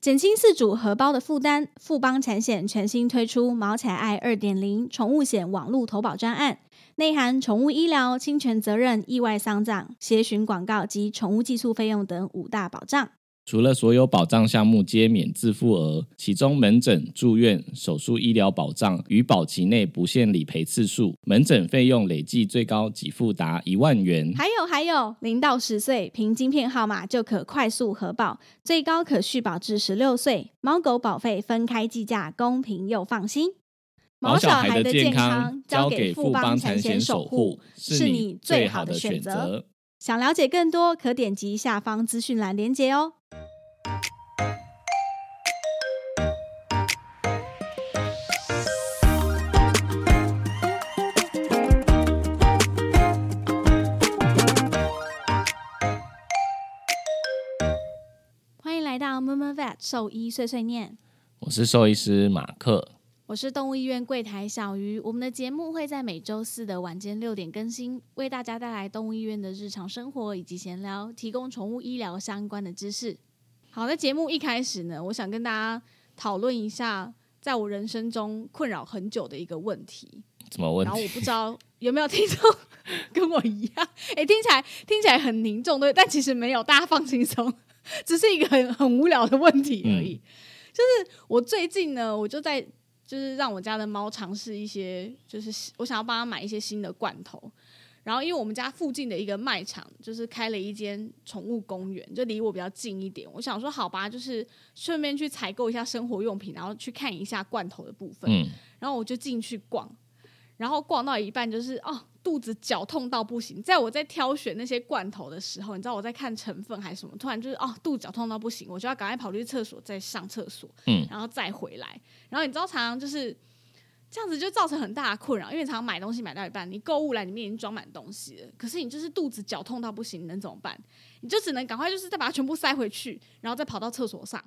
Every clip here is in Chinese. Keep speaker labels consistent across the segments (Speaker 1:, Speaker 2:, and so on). Speaker 1: 减轻饲主荷包的负担，富邦产险全新推出“毛起来爱二点零”宠物险网络投保专案，内含宠物医疗、侵权责任、意外丧葬、协寻广告及宠物寄宿费用等五大保障。
Speaker 2: 除了所有保障项目皆免自付额，其中门诊、住院、手术医疗保障于保期内不限理赔次数，门诊费用累计最高给付达一万元。
Speaker 1: 还有还有，零到十岁凭晶片号码就可快速核保，最高可续保至十六岁。猫狗保费分开计价，公平又放心。
Speaker 2: 毛小孩的健康交给富邦产险守护，是你最好的选择。
Speaker 1: 想了解更多，可点击下方资讯栏连结哦。欢迎来到 m u m u Vet 兽医碎碎念，
Speaker 2: 我是兽医师马克。
Speaker 1: 我是动物医院柜台小鱼。我们的节目会在每周四的晚间六点更新，为大家带来动物医院的日常生活以及闲聊，提供宠物医疗相关的知识。好，在节目一开始呢，我想跟大家讨论一下，在我人生中困扰很久的一个问题。
Speaker 2: 什么问
Speaker 1: 然后我
Speaker 2: 题？
Speaker 1: 不知道有没有听众跟我一样，哎、听起来听起来很凝重，对，但其实没有，大家放轻松，只是一个很很无聊的问题而
Speaker 2: 嗯
Speaker 1: 已。就是我最近呢，我就在就是让我家的猫尝试一些，就是我想要帮它买一些新的罐头。然后，因为我们家附近的一个卖场，就是开了一间宠物公园，就离我比较近一点。我想说，好吧，就是顺便去采购一下生活用品，然后去看一下罐头的部分。
Speaker 2: 嗯，
Speaker 1: 然后我就进去逛，然后逛到一半就是哦，肚子绞痛到不行。在我在挑选那些罐头的时候，你知道我在看成分还是什么，突然就是哦，肚子绞痛到不行，我就要赶快跑去厕所再上厕所，
Speaker 2: 嗯
Speaker 1: 然后再回来。然后你知道，常常就是这样子，就造成很大的困扰，因为你常常买东西买到一半，你购物篮里面已经装满东西了，可是你就是肚子绞痛到不行，你能怎么办？你就只能赶快就是再把它全部塞回去，然后再跑到厕所上。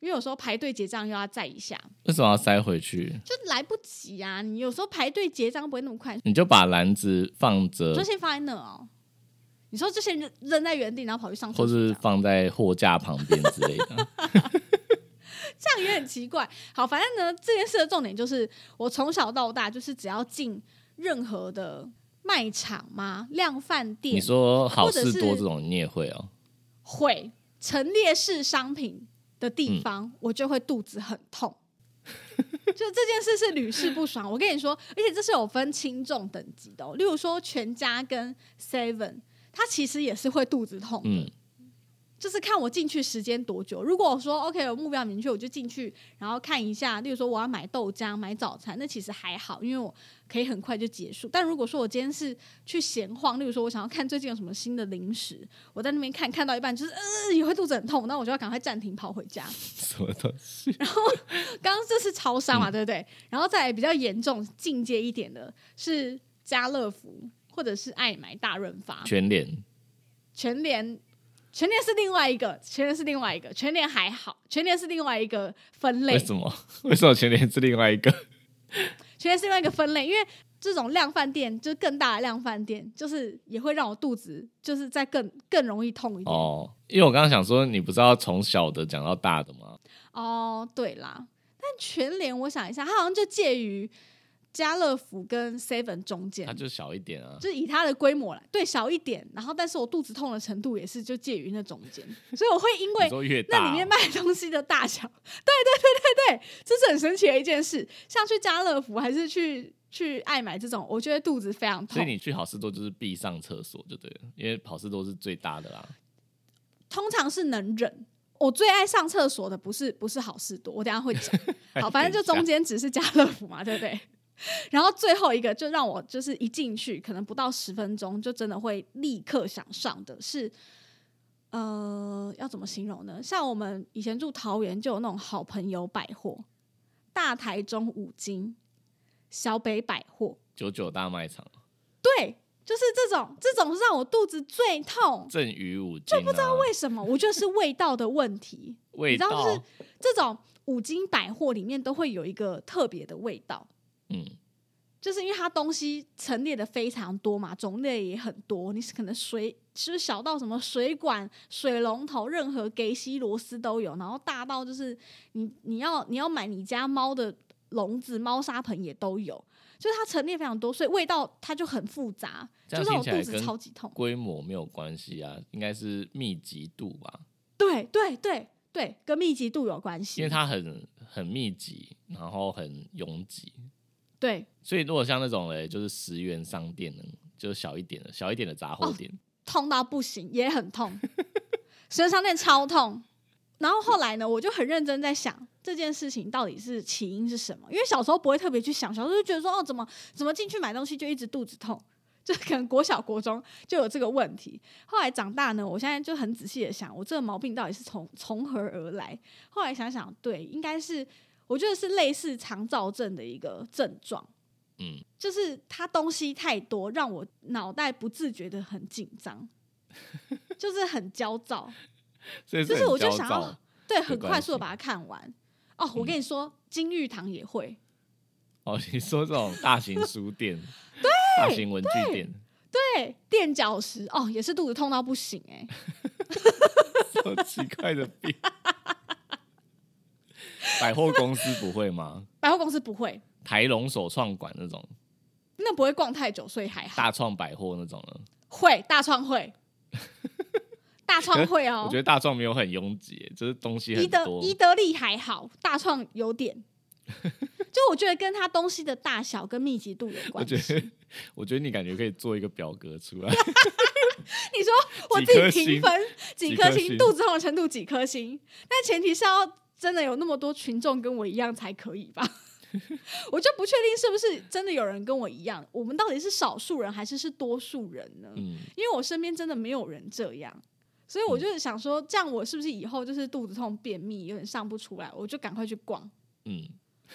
Speaker 1: 因为有时候排队结账又要再一下，
Speaker 2: 为什么要塞回去？
Speaker 1: 就来不及啊！你有时候排队结账不会那么快，
Speaker 2: 你就把篮子放
Speaker 1: 就
Speaker 2: 着，
Speaker 1: 先放在那哦。你说这些人扔在原地，然后跑去上厕
Speaker 2: 或
Speaker 1: 所这
Speaker 2: 是
Speaker 1: 样，
Speaker 2: 放啊在货架旁边之类 的。
Speaker 1: 这样也很奇怪。好，反正呢，这件事的重点就是，我从小到大就是只要进任何的卖场嘛、量贩
Speaker 2: 你
Speaker 1: 店，
Speaker 2: 说好
Speaker 1: 或者
Speaker 2: 事多
Speaker 1: 是
Speaker 2: 这种，你也会哦。
Speaker 1: 会陈列式商品的地方，我就会肚子很痛。 就这件事是屡试不爽。我跟你说，而且这是有分轻重等级的、哦，例如说全家跟 Seven，它其实也是会肚子痛的。
Speaker 2: 嗯，
Speaker 1: 就是看我进去时间多久。如果我说 OK，我目标明确，我就进去，然后看一下，例如说我要买豆浆、买早餐，那其实还好，因为我可以很快就结束。但如果说我今天是去闲晃，例如说我想要看最近有什么新的零食，我在那边看，看到一半就是呃也会肚子很痛，那我就要赶快暂停跑回家。
Speaker 2: 什么东西？
Speaker 1: 刚刚这是超商嘛，对不对？然后再来比较严重、进阶一点的是家乐福或者是爱买大润发。
Speaker 2: 全脸
Speaker 1: 全联，全联是另外一个，全联是另外一个，全联还好，全联是另外一个分类
Speaker 2: 为，什么？ 为什么全脸是另外一 个？
Speaker 1: 全联是另外一个分类，因为这种量贩店就是更大的量贩店，就是也会让我肚子就是在更更容易痛一点。哦
Speaker 2: 哦，因为我刚刚想说，你不是要从小的讲到大的吗？
Speaker 1: 哦对啦，但全联我想一下，它好像就介于家乐福跟 Seven 中间
Speaker 2: 它。就小一点啊。
Speaker 1: 就是以它的规模来，对小一点，然后但是我肚子痛的程度也是就介于那中间，所以我会因为
Speaker 2: 你说越大哦、
Speaker 1: 那里面卖东西的大小，对对对对对，这是很神奇的一件事。像去家乐福还是去去爱买这种，我觉得肚子非常
Speaker 2: 所以
Speaker 1: 痛。
Speaker 2: 你去好事多就是必上厕所就对了，因为好事多是最大的啦。
Speaker 1: 通常是能忍。我最爱上厕所的不是不是好事多，我等一下会讲。好，反 正就中间只是家乐福嘛，对不对？ 然后最后一个就让我就是一进去，可能不到十分钟就真的会立刻想上的是，呃，要怎么形容呢？像我们以前住桃园就有那种好朋友百货、大台中五金、小北百货，
Speaker 2: 九九大卖场，
Speaker 1: 对，就是这种这种是让我肚子最痛。
Speaker 2: 赠与五金、啊，就不知道
Speaker 1: 为什么？我觉得是味道的问题。
Speaker 2: 味
Speaker 1: 你知道
Speaker 2: 道
Speaker 1: 就，这种五金百货里面都会有一个特别的味道，
Speaker 2: 嗯，
Speaker 1: 就是因为它东西陈列的非常多嘛，种类也很多，你是可能水是不是小到什么水管、水龙头，任何给吸螺丝都有，然后大到就是你你要你要买你家猫的笼子、猫砂盆也都有，就是它陈列非常多，所以味道它就很复杂，
Speaker 3: 这
Speaker 1: 就
Speaker 3: 样
Speaker 1: 让我
Speaker 3: 听起来
Speaker 1: 肚子
Speaker 3: 跟
Speaker 1: 超级痛。
Speaker 3: 规模没有关系啊，应该是密集度吧，
Speaker 1: 对对对对，跟密集度有关
Speaker 3: 因为
Speaker 1: 系。
Speaker 3: 它很很密集，然后很拥挤，
Speaker 1: 对
Speaker 3: 所以如果像那种嘞，就是十元商店呢，就是小一点的、小一点的杂
Speaker 1: 哦
Speaker 3: 货店，
Speaker 1: 痛到不行，也很痛，身上店超痛。然后后来呢，我就很认真在想这件事情到底是起因是什么，因为小时候不会特别去想，小时候就觉得说哦，怎么怎么进去买东西就一直肚子痛，就可能国小国中就有这个问题。后来长大呢，我现在就很仔细的想，我这个毛病到底是从从何而来？后来想想，对，应该是我觉得是类似肠燥症的一个症状。
Speaker 3: 嗯，
Speaker 1: 就是它东西太多，让我脑袋不自觉的很紧张， 就是很焦躁。
Speaker 3: 所以
Speaker 1: 就是我
Speaker 3: 很
Speaker 1: 就
Speaker 3: 焦
Speaker 1: 想要
Speaker 3: 躁
Speaker 1: 对，
Speaker 3: 没
Speaker 1: 很
Speaker 3: 关
Speaker 1: 快速的
Speaker 3: 系嗯
Speaker 1: 把它看完。哦，我跟你说，金玉堂也会，
Speaker 3: 哦，你说这种大型书 店、大型文具店，
Speaker 1: 对，垫脚石，哦，也是肚子痛到不行 哎、
Speaker 3: 好奇怪的病。百货公司不会吗？
Speaker 1: 百货公司不会，
Speaker 3: 台龙首创馆那种
Speaker 1: 那不会逛太久，所以还好。
Speaker 3: 大创百货那种呢？
Speaker 1: 会大创会，大创会
Speaker 3: 我
Speaker 1: 哦
Speaker 3: 觉。得大创没有很拥挤，就是东西
Speaker 1: 伊
Speaker 3: 很
Speaker 1: 德
Speaker 3: 多。
Speaker 1: 伊德利还好，大创有 点。就我觉得跟它东西的大小跟密集度有
Speaker 3: 我
Speaker 1: 关系
Speaker 3: 觉。得，我觉得你感觉可以做一个表格出来。
Speaker 1: 你说 我
Speaker 3: 几
Speaker 1: 自
Speaker 3: 颗
Speaker 1: 己评
Speaker 3: 星
Speaker 1: 分几
Speaker 3: 几
Speaker 1: 颗
Speaker 3: 颗
Speaker 1: 星，
Speaker 3: 星
Speaker 1: 肚子痛的程度几颗星，但前提是要真的有那么多群众跟我一样才可以吧？ 我就不确定是不是真的有人跟我一样，我们到底是少数人还是是多数人呢？
Speaker 3: 嗯，
Speaker 1: 因为我身边真的没有人这样，所以我就想说，这样我是不是以后就是肚子痛、便秘，有点上不出来，我就赶快去逛，
Speaker 3: 嗯，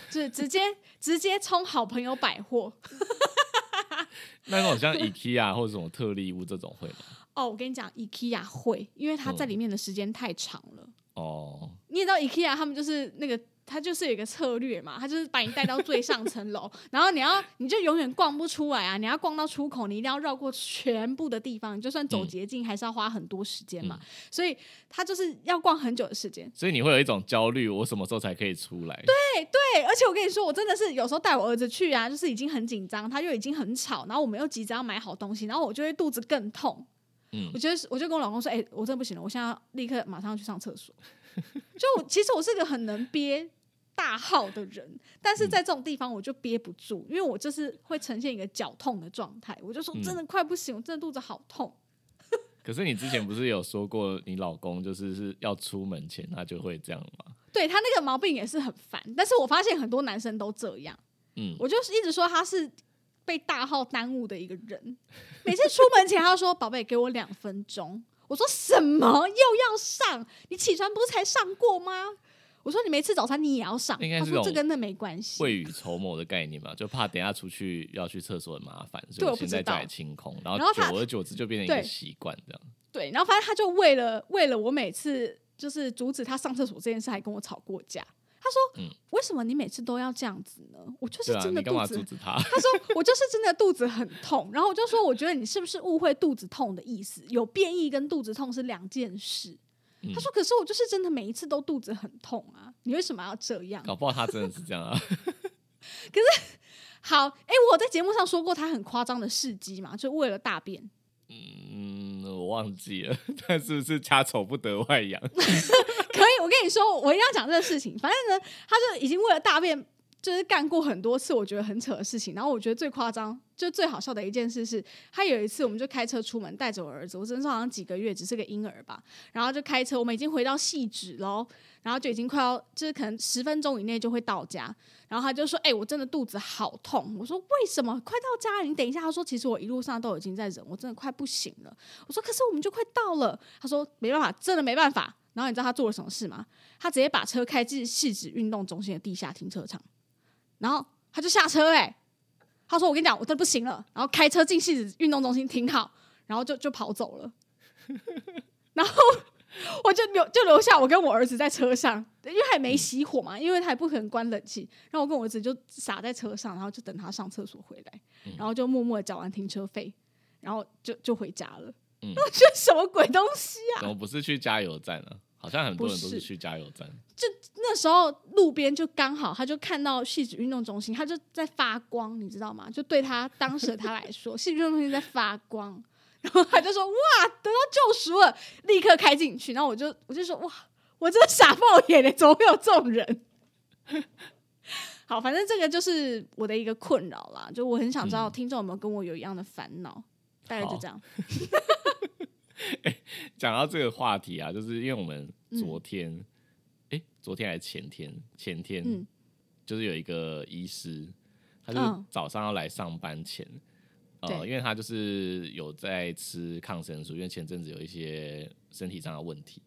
Speaker 1: 就是直接直接冲好朋友百货。
Speaker 3: 那种 像 IKEA 或者什么特例屋这种会吗？
Speaker 1: 哦，我跟你讲，IKEA 会，因为它在
Speaker 3: 嗯
Speaker 1: 里面的时间太长了。
Speaker 3: 哦，
Speaker 1: 你也知道 IKEA 他们就是那个，他就是有一个策略嘛，他就是把你带到最上层楼，然后你要你就永远逛不出来啊！你要逛到出口，你一定要绕过全部的地方，就算走捷径还是要花很多时间嘛。所以他就是要逛很久的时间。
Speaker 3: 所以你会有一种焦虑，我什么时候才可以出来？
Speaker 1: 对，而且我跟你说，我真的是有时候带我儿子去啊，就是已经很紧张，他又已经很吵，然后我们又急着要买好东西，然后我就会肚子更痛。
Speaker 3: 嗯
Speaker 1: 我觉得我就跟我老公说，哎、我真的不行了，我现在要立刻马上去上厕所。 就我其实我是个很能憋大号的人，但是在
Speaker 3: 嗯
Speaker 1: 这种地方我就憋不住，因为我就是会呈现一个绞痛的状态，我就说
Speaker 3: 嗯
Speaker 1: 真的快不行，我真的肚子好痛。
Speaker 3: 可是你之前不是有说过，你老公就是是要出门前他就会这样吗？
Speaker 1: 对他那个毛病也是很烦，但是我发现很多男生都这样。
Speaker 3: 嗯，
Speaker 1: 我就是一直说他是被大号耽误的一个人。每次出门前，他说：“宝 贝，给我两分钟。”我说：“什么又要上？你起床不是才上过吗？”我说：“你没吃早餐，你也要上。”
Speaker 3: 应该
Speaker 1: 他
Speaker 3: 是
Speaker 1: 说：“
Speaker 3: 这
Speaker 1: 这
Speaker 3: 种
Speaker 1: 跟那没关系。”
Speaker 3: 未雨绸缪的概念嘛，就怕等一下出去要去厕所很麻烦，所
Speaker 1: 对
Speaker 3: 以
Speaker 1: 我
Speaker 3: 我
Speaker 1: 不
Speaker 3: 先
Speaker 1: 知道
Speaker 3: 在家里清空，然
Speaker 1: 然后
Speaker 3: 后久
Speaker 1: 他
Speaker 3: 而久之就变成一个
Speaker 1: 对
Speaker 3: 习惯这样。
Speaker 1: 对，然后反正他就为了为了我每次就是阻止他上厕所这件事，还跟我吵过架。他说：“
Speaker 3: 嗯
Speaker 1: 为什么你每次都要这样子呢？我就是
Speaker 3: 对啊，
Speaker 1: 真
Speaker 3: 你
Speaker 1: 的
Speaker 3: 干
Speaker 1: 肚
Speaker 3: 嘛
Speaker 1: 子
Speaker 3: 阻止他？
Speaker 1: 他说我就是真的肚子很痛，然后我就说我觉得你是不是误会肚子痛的意思？有变异跟肚子痛是两件事。
Speaker 3: 嗯
Speaker 1: 他说可是我就是真的每一次都肚子很痛啊，你为什么要这样？
Speaker 3: 搞不好他真的是这样啊。
Speaker 1: 好，哎、我在节目上说过他很夸张的事迹嘛，就为了大便。
Speaker 3: 嗯，我忘记了，但是不是家丑不得外 扬？
Speaker 1: 可以，我跟你说，我一定要讲这个事情。反正呢，他就已经为了大便，就是干过很多次我觉得很扯的事情。然后我觉得最夸张，就最好笑的一件事是，他有一次我们就开车出门，带着我儿子，我真是好像几个月，只是个婴儿吧。然后就开车，我们已经回到细致喽，然后就已经快要，就是可能十分钟以内就会到家。然后他就说：“哎、我真的肚子好痛。”我说：“为什么？快到家了，你等一下。”他说：“其实我一路上都已经在忍，我真的快不行了。”我说：“可是我们就快到了。”他说：“没办法，真的没办法。”然后你知道他做了什么事吗？他直接把车开至市指运动中心的地下停车场，然后他就下车哎、他说：“我跟你讲，我真的不行了。”然后开车进市指运动中心停好，然后就就跑走了。 然后我就留就留下我跟我儿子在车上，因为还没熄火嘛，因为他也不可能关冷气。然后我跟我儿子就傻在车上，然后就等他上厕所回来，然后就默默地缴完停车费，然后就就回家了。
Speaker 3: 嗯
Speaker 1: 我觉得什么鬼东西啊！
Speaker 3: 怎么不是去加油站啊？好像很多人都
Speaker 1: 不
Speaker 3: 是
Speaker 1: 是
Speaker 3: 去加油站，
Speaker 1: 那时候路边就刚好，他就看到戏子运动中心，他就在发光，你知道吗？就对他当时的他来说，戏子运动中心在发光，然后他就说：“哇，得到救赎了！”立刻开进去。然后我就我就说：“哇，我真的傻爆眼嘞，欸怎么会有这种人？”好，反正这个就是我的一个困扰啦，就我很想
Speaker 3: 嗯
Speaker 1: 知道听众有没有跟我有一样的烦恼，大概就这样。
Speaker 3: 讲到这个话题啊，就是因为我们
Speaker 1: 嗯
Speaker 3: 昨天，哎、昨天还是前天，前天、
Speaker 1: 嗯
Speaker 3: 就是有一个医师，他就
Speaker 1: 嗯
Speaker 3: 早上要来上班前，呃，
Speaker 1: 对
Speaker 3: 因为他就是有在吃抗生素，因为前阵子有一些身体上的问题，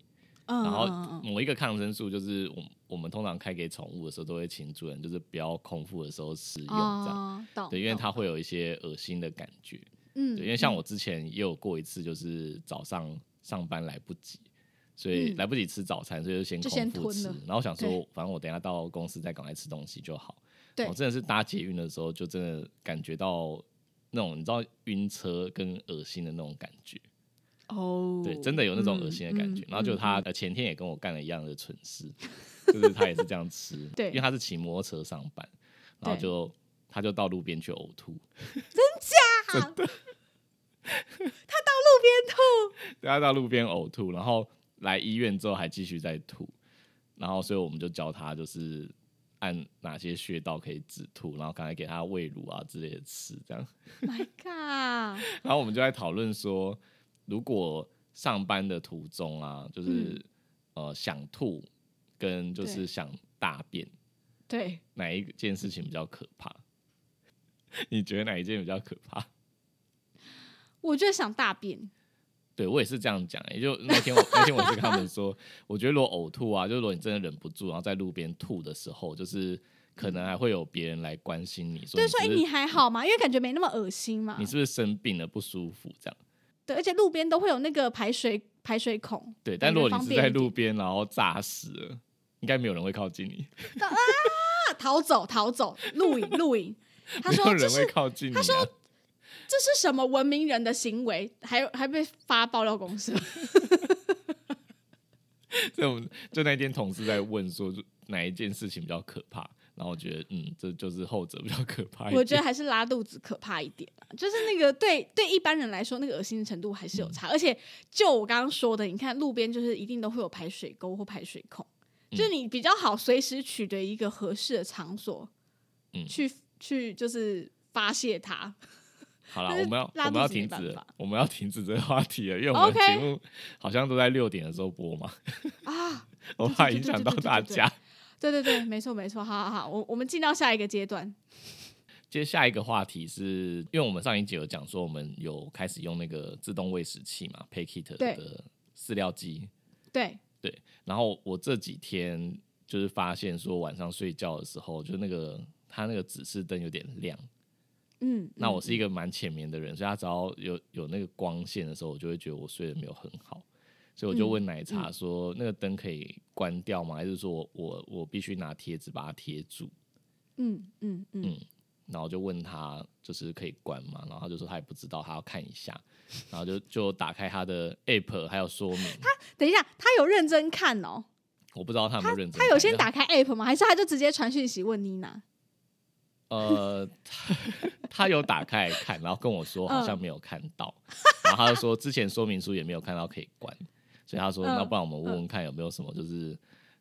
Speaker 1: 嗯，嗯嗯
Speaker 3: 然后
Speaker 1: 嗯
Speaker 3: 某一个抗生素就是我我们通常开给宠物的时候，都会请主人就是不要空腹的时候使用这样，
Speaker 1: 哦懂，
Speaker 3: 对，因为
Speaker 1: 懂
Speaker 3: 它会有一些恶心的感觉。
Speaker 1: 嗯，
Speaker 3: 对，因为像我之前也有过一次，就是早上上班来不及，所以
Speaker 1: 嗯
Speaker 3: 来不及吃早餐，所以就先
Speaker 1: 就先
Speaker 3: 空腹
Speaker 1: 吞
Speaker 3: 吃
Speaker 1: 了。
Speaker 3: 然后想说
Speaker 1: 对，
Speaker 3: 反正我等一下到公司再赶快吃东西就好。
Speaker 1: 对
Speaker 3: 我真的是搭捷运的时候，就真的感觉到那种你知道晕车跟恶心的那种感觉，
Speaker 1: 哦，
Speaker 3: 对，真的有那种恶心的感觉。
Speaker 1: 嗯
Speaker 3: 然后就他呃前天也跟我干了一样的蠢事， 就是他也是这样吃，
Speaker 1: 对
Speaker 3: 因为他是骑摩托车上班，然后
Speaker 1: 对
Speaker 3: 就他就到路边去呕吐。
Speaker 1: 他到路 边吐，
Speaker 3: 对他到路边呕吐，然后来医院之后还继续在吐，然后所以我们就教他就是按哪些穴道可以止吐，然后刚才给他喂乳啊之类的吃，这样。
Speaker 1: My God！
Speaker 3: 然后我们就在讨论说，如果上班的途中啊，就是、呃想吐跟
Speaker 1: 嗯
Speaker 3: 就
Speaker 1: 对
Speaker 3: 是想大便，
Speaker 1: 对，
Speaker 3: 哪一件事情比较可怕？ 你觉得哪一件比较可怕？
Speaker 1: 我就想大便，
Speaker 3: 对我也是这样讲，欸也就那天我那天我是跟他们说，我觉得如果呕吐啊，就是如果你真的忍不住，然后在路边吐的时候，就是可能还会有别人来关心你，说
Speaker 1: 就是说，哎，
Speaker 3: 你
Speaker 1: 你
Speaker 3: 是
Speaker 1: 还好吗？因为感觉没那么恶心嘛
Speaker 3: 你。是不是生病了不舒服这样？
Speaker 1: 对，而且路边都会有那个排水排水孔，
Speaker 3: 对，
Speaker 1: 感觉
Speaker 3: 但如果你
Speaker 1: 方
Speaker 3: 是
Speaker 1: 便
Speaker 3: 在
Speaker 1: 一点
Speaker 3: 路边然后炸死了，应该没有人会靠近你，
Speaker 1: 啊，逃走逃走，录影录 影。他
Speaker 3: 没
Speaker 1: 说
Speaker 3: 有
Speaker 1: 这
Speaker 3: 人
Speaker 1: 是
Speaker 3: 会靠近你、啊。
Speaker 1: 这是什么文明人的行为？还还被发爆料公司，
Speaker 3: 这种就那天同事在问说哪一件事情比较可怕，然后我觉得嗯，这就是后者比较可怕一点。
Speaker 1: 我觉得还是拉肚子可怕一点啊、就是那个对对一般人来说，那个恶心的程度还
Speaker 3: 嗯
Speaker 1: 是有差。而且就我刚刚说的，你看路边就是一定都会有排水沟或排水孔，
Speaker 3: 嗯
Speaker 1: 就是你比较好随时取得一个合适的场所，
Speaker 3: 嗯
Speaker 1: 去去就是发泄它。
Speaker 3: 好啦，
Speaker 1: 但是
Speaker 3: 我们要
Speaker 1: 拉
Speaker 3: 我
Speaker 1: 肚
Speaker 3: 们要
Speaker 1: 子没
Speaker 3: 停止
Speaker 1: 办
Speaker 3: 了
Speaker 1: 法，
Speaker 3: 我们要停止这个话题了，因为我们的
Speaker 1: OK
Speaker 3: 节目好像都在六点的时候播嘛，
Speaker 1: 啊，
Speaker 3: 我怕影响到大家。
Speaker 1: 对对对，没错没错，好好好，我我们进到下一个阶段。
Speaker 3: 接下一个话题是，因为我们上一节有讲说，我们有开始用那个自动喂食器嘛，Paykit
Speaker 1: 对
Speaker 3: 的饲料机。
Speaker 1: 对，
Speaker 3: 然后我这几天就是发现说，晚上睡觉的时候，就那个它那个指示灯有点亮。
Speaker 1: 嗯，
Speaker 3: 那我是一个蛮浅眠的人，所以他只要有有那个光线的时候，我就会觉得我睡得没有很好，所以我就
Speaker 1: 嗯
Speaker 3: 问奶茶说，那个灯可以关掉吗？还是说我我我必须拿贴纸把它贴住？
Speaker 1: 嗯嗯嗯嗯，
Speaker 3: 然后就问他就是可以关吗？然后他就说他也不知道，他要看一下，然后就就打开他的 app 还有说明，
Speaker 1: 等一下，他有认真看哦，
Speaker 3: 我不知道他有没有认真看，
Speaker 1: 他有先打开 app 吗？还是他就直接传讯息问妮娜？
Speaker 3: 呃，他他有打开来看，然后跟我说
Speaker 1: 嗯
Speaker 3: 好像没有看到，然后他就说之前说明书也没有看到可以关，所以他说、
Speaker 1: 嗯
Speaker 3: 那不然我们问问看有没有什么就是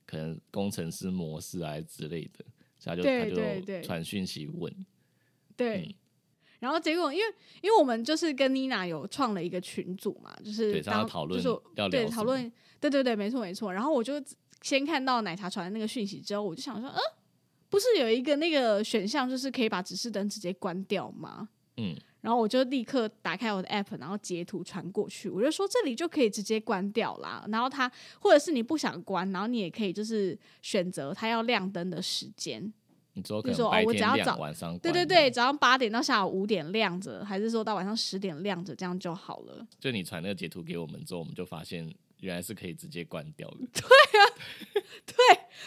Speaker 3: 可能工程师模式啊之类的，所以他就
Speaker 1: 对对
Speaker 3: 他
Speaker 1: 对
Speaker 3: 就传讯息问，
Speaker 1: 对。
Speaker 3: 嗯
Speaker 1: 然后结果，因为因为我们就是跟妮娜有创了一个群组嘛，就是
Speaker 3: 对大家
Speaker 1: 当
Speaker 3: 讨论
Speaker 1: 就是我
Speaker 3: 要聊
Speaker 1: 对
Speaker 3: 什么
Speaker 1: 讨论，对对对，没错没错。然后我就先看到奶茶传的那个讯息之后，我就想说，嗯、不是有一个那个选项，就是可以把指示灯直接关掉吗？
Speaker 3: 嗯，
Speaker 1: 然后我就立刻打开我的 app，然后截图传过去，我就说这里就可以直接关掉啦。然后它或者是你不想关，然后你也可以就是选择它要亮灯的时间，
Speaker 3: 你之后可
Speaker 1: 就说
Speaker 3: 能
Speaker 1: 哦
Speaker 3: 白
Speaker 1: 我
Speaker 3: 天
Speaker 1: 只要
Speaker 3: 亮，
Speaker 1: 早
Speaker 3: 晚上
Speaker 1: 对
Speaker 3: 关
Speaker 1: 对
Speaker 3: 这
Speaker 1: 对，
Speaker 3: 样，
Speaker 1: 早上八点到下午五点亮着，还是说到晚上十点亮着，这样就好了。
Speaker 3: 就你传那个截图给我们之后，我们就发现原来是可以直接关掉的，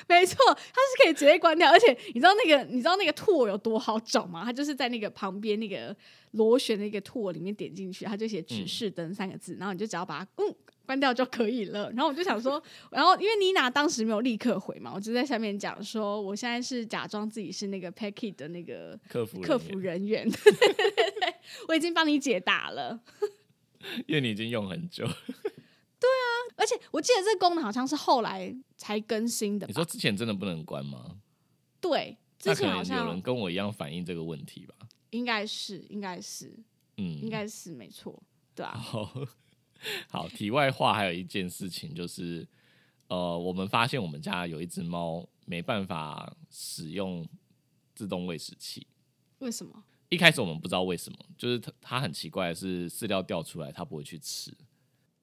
Speaker 1: 没错，它是可以直接关掉，而且你知道那个你知道那个拓有多好找吗？它就是在那个旁边那个螺旋的一个拓里面点进去，它就写
Speaker 3: 嗯
Speaker 1: 指示灯三个字，然后你就只要把它嗯关掉就可以了。然后我就想说， 然后因为妮娜当时没有立刻回嘛，我就在下面讲说，我现在是假装自己是那个 Packy 的那个
Speaker 3: 客服
Speaker 1: 客
Speaker 3: 人员
Speaker 1: 服人员， 对对对我已经帮你解答了。
Speaker 3: 因为你已经用很久。
Speaker 1: 而且我记得这个功能好像是后来才更新的
Speaker 3: 你
Speaker 1: 吧
Speaker 3: 说？之前真的不能关吗？
Speaker 1: 对，之
Speaker 3: 那可
Speaker 1: 前好
Speaker 3: 能有
Speaker 1: 像
Speaker 3: 人跟我一样反映这个问题吧。
Speaker 1: 应该是应该是。
Speaker 3: 嗯，
Speaker 1: 应该是没错，对啊，
Speaker 3: 好，好，题外话，还有一件事情就是，呃，我们发现我们家有一只猫没办法使用自动喂食器。
Speaker 1: 为什么？
Speaker 3: 一开始我们不知道为什么，就是它它很奇怪的是饲料掉出来，它不会去吃，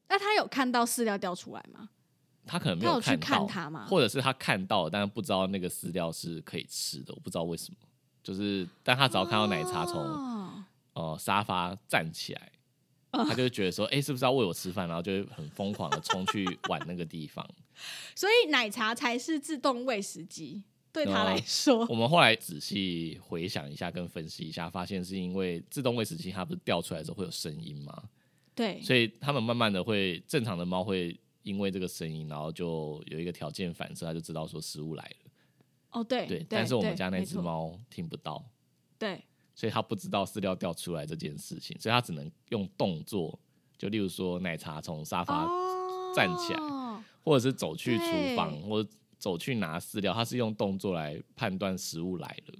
Speaker 1: 那他有看到饲料掉出来吗？
Speaker 3: 它可能没
Speaker 1: 它有去
Speaker 3: 看到，
Speaker 1: 看它吗
Speaker 3: 或者是它看到了，但是不知道那个饲料是可以吃的，我不知道为什么。就是，但它只要看到奶茶从、
Speaker 1: 哦
Speaker 3: 呃沙发站起来，它就会觉得说，哎、是不是要喂我吃饭？然后就会很疯狂的冲 去碗那个地方。
Speaker 1: 所以奶茶才是自动喂食机，对他
Speaker 3: 哦
Speaker 1: 来说，
Speaker 3: 我们后来仔细回想一下，跟分析一下，发现是因为自动喂食器它不是掉出来的时候会有声音吗？
Speaker 1: 对，
Speaker 3: 所以它们慢慢的会，正常的猫会因为这个声音，然后就有一个条件反射，它就知道说食物来了。
Speaker 1: 哦对
Speaker 3: 对，但是我们
Speaker 1: 对
Speaker 3: 家那
Speaker 1: 没
Speaker 3: 只
Speaker 1: 错
Speaker 3: 猫听不到，
Speaker 1: 对
Speaker 3: 所以它不知道饲料掉出来这件事情，所以它只能用动作，就例如说奶茶从沙发，
Speaker 1: 哦
Speaker 3: 站起来或者是走去厨
Speaker 1: 对
Speaker 3: 房，或者走去拿饲料，它是用动作来判断食物来了。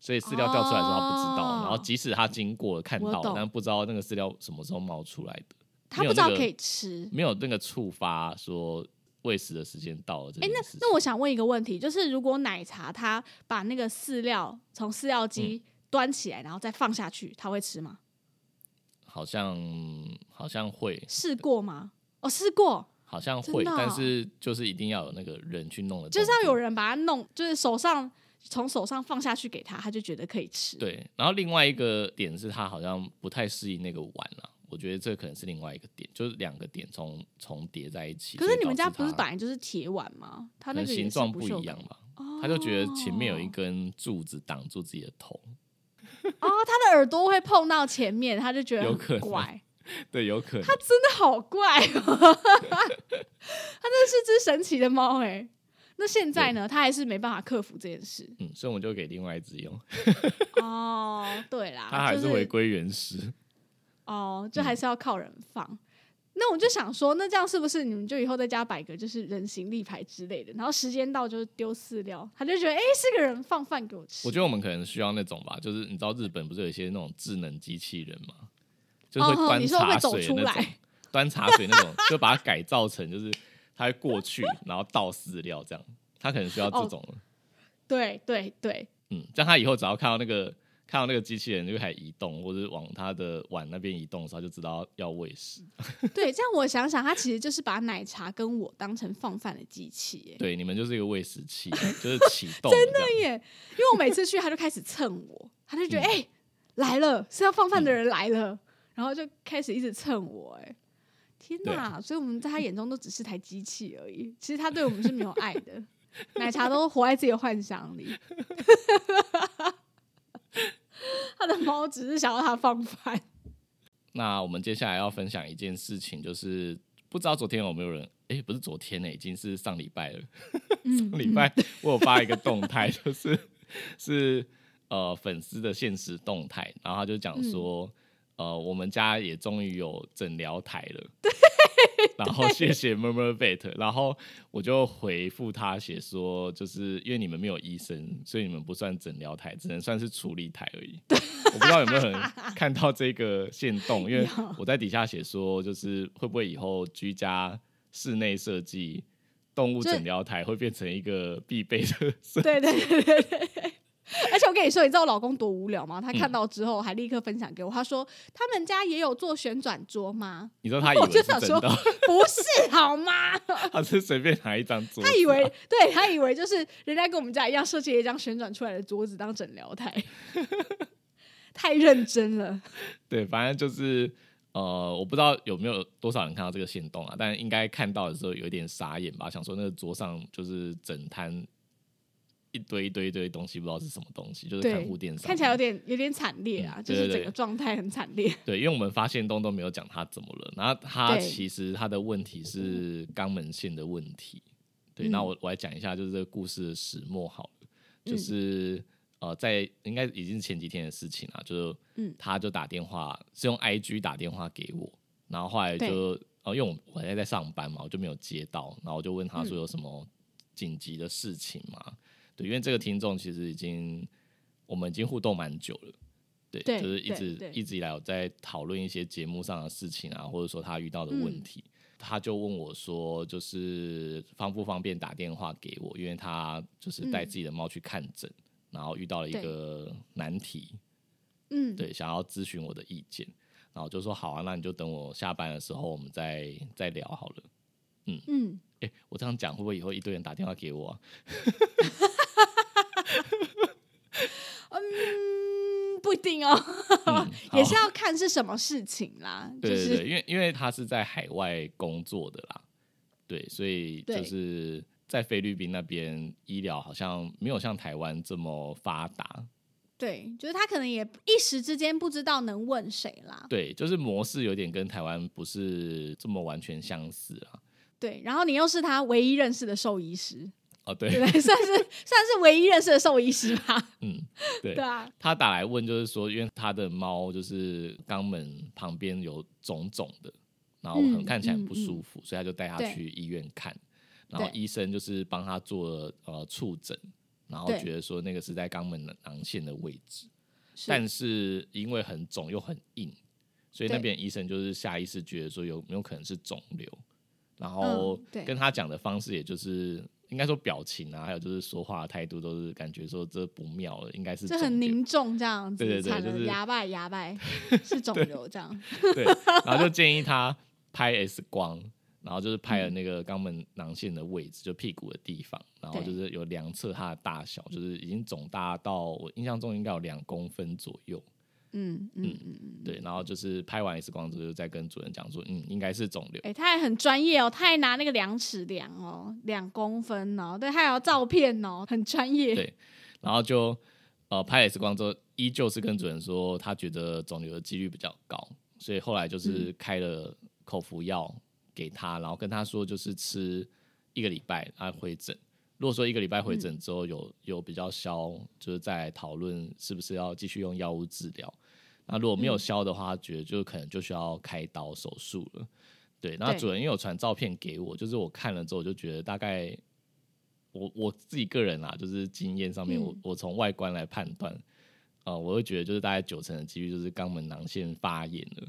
Speaker 3: 所以饲料掉出来的时候，它不知道。
Speaker 1: 哦
Speaker 3: 然后即使它经过了看
Speaker 1: 我
Speaker 3: 到了
Speaker 1: 懂，
Speaker 3: 但不知道那个饲料什么时候冒出来的，
Speaker 1: 他不
Speaker 3: 没有
Speaker 1: 知道
Speaker 3: 那个
Speaker 1: 可以吃。
Speaker 3: 没有那个触发说喂食的时间到了这
Speaker 1: 哎、
Speaker 3: 件
Speaker 1: 那
Speaker 3: 事情。
Speaker 1: 那我想问一个问题，就是如果奶茶它把那个饲料从饲料机
Speaker 3: 嗯
Speaker 1: 端起来，然后再放下去，它会吃吗？
Speaker 3: 好像好像会，
Speaker 1: 试过吗？哦，试过，
Speaker 3: 好像
Speaker 1: 真
Speaker 3: 会，
Speaker 1: 的哦
Speaker 3: 但是就是一定要有那个人去弄的动作，
Speaker 1: 就是要有人把它弄，就是手上从手上放下去给他，他就觉得可以吃。，
Speaker 3: 对。然后另外一个点是，它好像不太适应那个碗啊。我觉得这可能是另外一个点，就是两个点重重叠在一起。
Speaker 1: 可
Speaker 3: 所
Speaker 1: 是
Speaker 3: 以
Speaker 1: 你们
Speaker 3: 导
Speaker 1: 家
Speaker 3: 致
Speaker 1: 不是
Speaker 3: 它
Speaker 1: 本来就是铁碗吗？它
Speaker 3: 可
Speaker 1: 那
Speaker 3: 能
Speaker 1: 个也
Speaker 3: 形
Speaker 1: 是
Speaker 3: 状
Speaker 1: 不
Speaker 3: 不
Speaker 1: 锈
Speaker 3: 一样
Speaker 1: 钢
Speaker 3: 吧？他就觉得前面有一
Speaker 1: 哦
Speaker 3: 根柱子挡住自己的 头，
Speaker 1: 哦，他的耳朵会碰到前面，他就觉得
Speaker 3: 有
Speaker 1: 很
Speaker 3: 可能
Speaker 1: 怪，
Speaker 3: 对，有可能。
Speaker 1: 真的好怪、哦。 它真的是只神奇的猫哎、那现在呢？它还是没办法克服这件事
Speaker 3: 嗯，所以我们就给另外一只用，
Speaker 1: 哦。对啦，
Speaker 3: 它还
Speaker 1: 就是
Speaker 3: 回归原始。
Speaker 1: 哦，
Speaker 3: 嗯
Speaker 1: 就还是要靠人放。那我就想说，那这样是不是你们就以后在家摆个就是人形立牌之类的，然后时间到就是丢饲料，他就觉得哎、诶是个人放饭给我吃。哦
Speaker 3: 我觉得我们可能需要那种吧，就是你知道日本不是有一些那种智能机器人吗？就是
Speaker 1: 哦
Speaker 3: 端
Speaker 1: 你说会
Speaker 3: 茶
Speaker 1: 走
Speaker 3: 水的
Speaker 1: 出
Speaker 3: 那种
Speaker 1: 来，
Speaker 3: 端茶水那种， 就把它改造成就是它会过去，然后倒饲料这样。它可能需要这
Speaker 1: 哦
Speaker 3: 种，
Speaker 1: 对对对，
Speaker 3: 嗯，这样它以后只要看到那个看到那个机器人就开始移动，或者是往它的碗那边移动的时候，它就知道要喂食。
Speaker 1: 对，这样我想想，他其实就是把奶茶跟我当成放饭的机器、欸，
Speaker 3: 对，你们就是一个喂食器，就是启动真的
Speaker 1: 对耶，因为我每次去他就开始蹭我，他就觉得哎、诶来了，是要放饭的人来了，然后就开始一直蹭我、欸，哎，天哪！所以我们在他眼中都只是台机器而已，其实他对我们是没有爱的，奶茶都活在自己的幻想里。 他的猫只是想要他放饭，
Speaker 3: 那我们接下来要分享一件事情，就是不知道昨天有没有人，诶，不是昨天呢、已经是上礼拜了。
Speaker 1: 嗯
Speaker 3: 上礼拜我有发一个动态， 就是是呃粉丝的现实动态，然后他就
Speaker 1: 嗯
Speaker 3: 讲说，呃，我们家也终于有诊疗台 了。然后谢谢 Murmur Vet，然后我就回复他写说，就是因为你们没有医生，所以你们不算诊疗台，只能算是处理台而已。我不知道有没有人看到这个线动，因 为
Speaker 1: 有
Speaker 3: 我在底下写说，就是会不会以后居家室内设计动物诊疗台会变成一个必备 的 设
Speaker 1: 对对对对对。而且我跟你说，你知道我老公多无聊吗？他看到之后还立刻分享给我，他说他们家也有做旋转桌吗？
Speaker 3: 你知道他以为是真
Speaker 1: 我就想
Speaker 3: 的，
Speaker 1: 不是好 吗？
Speaker 3: 他是随便拿一张桌子啊、
Speaker 1: 他以为，对他以为就是人家跟我们家一样设计了一张旋转出来的桌子当 诊疗台，太认真了。
Speaker 3: 对，反正就是呃，我不知道有没有多少人看到这个线动啊，但应该看到的时候有一点傻眼吧，想说那个桌上就是整摊一堆一堆一堆东西，不知道是什么东西，就是看
Speaker 1: 对
Speaker 3: 护店上
Speaker 1: 看起来有
Speaker 3: 面
Speaker 1: 点有点惨烈啊，
Speaker 3: 嗯
Speaker 1: 就
Speaker 3: 对
Speaker 1: 是
Speaker 3: 对对
Speaker 1: 整个状态很惨烈。
Speaker 3: 对，因为我们发现东都没有讲他怎么了，然后他
Speaker 1: 对
Speaker 3: 其实他的问题是肛门腺的问题。对，
Speaker 1: 嗯
Speaker 3: 那我我来讲一下，就是这个故事的始末好了，就
Speaker 1: 嗯
Speaker 3: 是、呃，在应该已经是前几天的事情了，就是
Speaker 1: 嗯
Speaker 3: 他就打电话是用 IG 打电话给我，然后后来就呃，因为我我还在上班嘛，我就没有接到，然后我就问他
Speaker 1: 嗯
Speaker 3: 说有什么紧急的事情嘛？对，因为这个听众其实已经我们已经互动蛮久了。对，
Speaker 1: 对
Speaker 3: 就是一
Speaker 1: 对
Speaker 3: 直
Speaker 1: 对
Speaker 3: 一直以来有在讨论一些节目上的事情啊，或者说他遇到的
Speaker 1: 嗯
Speaker 3: 问题，他就问我说，就是方不方便打电话给我，因为他就是带自己的猫去看诊，然后遇到了
Speaker 1: 嗯
Speaker 3: 一
Speaker 1: 对
Speaker 3: 个难题，
Speaker 1: 嗯，
Speaker 3: 对，想要咨询我的意见，然后我就说好啊，那你就等我下班的时候我们再再聊好了。
Speaker 1: 嗯，
Speaker 3: 哎、我这样讲会不会以后一堆人打电话给我、啊？
Speaker 1: 嗯，不一定哦，
Speaker 3: 嗯
Speaker 1: 也是
Speaker 3: 好
Speaker 1: 要看是什么事情啦。
Speaker 3: 对
Speaker 1: 就
Speaker 3: 对
Speaker 1: 是
Speaker 3: 对，因为因为他是在海外工作的啦，对，所以就
Speaker 1: 对
Speaker 3: 是在菲律宾那边医疗好像没有像台湾这么发达，
Speaker 1: 对，就是他可能也一时之间不知道能问谁啦。
Speaker 3: 对，就是模式有点跟台湾不是这么完全相似啊。
Speaker 1: 对，然后你又是他唯一认识的兽医师，
Speaker 3: 哦，
Speaker 1: 对
Speaker 3: 对，
Speaker 1: 不对？算是算是唯一认识的兽医师吧。
Speaker 3: 嗯，对
Speaker 1: 对，啊，
Speaker 3: 他打来问就是说，因为他的猫就是肛门旁边有肿肿的，然后很
Speaker 1: 嗯
Speaker 3: 看起来很
Speaker 1: 嗯
Speaker 3: 不舒服，所以他就带他
Speaker 1: 对
Speaker 3: 去医院看，然后
Speaker 1: 对
Speaker 3: 医生就是帮他做了呃触诊，然后
Speaker 1: 对
Speaker 3: 觉得说那个是在肛门囊腺的位置，
Speaker 1: 是
Speaker 3: 但是因为很肿又很硬，所以那
Speaker 1: 对
Speaker 3: 边医生就是下意识觉得说有没有可能是肿瘤，然后
Speaker 1: 嗯对
Speaker 3: 跟他讲的方式也就是。应该说表情啊，还有就是说话的态度，都是感觉说这不妙了，应该是
Speaker 1: 就
Speaker 3: 肿
Speaker 1: 很
Speaker 3: 瘤
Speaker 1: 凝重这样子，
Speaker 3: 对对对
Speaker 1: 惨了
Speaker 3: 就是
Speaker 1: 牙败牙 败是肿瘤这样。
Speaker 3: 对，然后就建议他拍 X 光，然后就是
Speaker 1: 嗯
Speaker 3: 拍了那个肛门囊腺的位置，就屁股的地方，然后
Speaker 1: 对
Speaker 3: 就是有量测它的大小，就是已经肿大到我印象中应该有两公分左右，
Speaker 1: 嗯嗯嗯，
Speaker 3: 对，然后就是拍完 X 光之后，就再跟主任讲说，嗯，应该是肿瘤，
Speaker 1: 哎、他还很专业哦，他还拿那个量尺量哦，两公分哦，对，还有照片哦，很专业。
Speaker 3: 对然后就呃拍 X 光之后，依旧是跟主任说他觉得肿瘤的几率比较高，所以后来就是开了口服药给他，然后跟他说就是吃一个礼拜，他回诊。如果说一个礼拜回诊之后有、有比较消，就是再来讨论是不是要继续用药物治疗。那如果没有消的话，他觉得就可能就需要开刀手术了。对，那
Speaker 1: 对
Speaker 3: 主人也有传照片给我，就是我看了之后，我就觉得大概我我自己个人啊，就是经验上面，我
Speaker 1: 嗯
Speaker 3: 我从外观来判断，呃，我会觉得就是大概九成的几率就是肛门囊腺发炎了。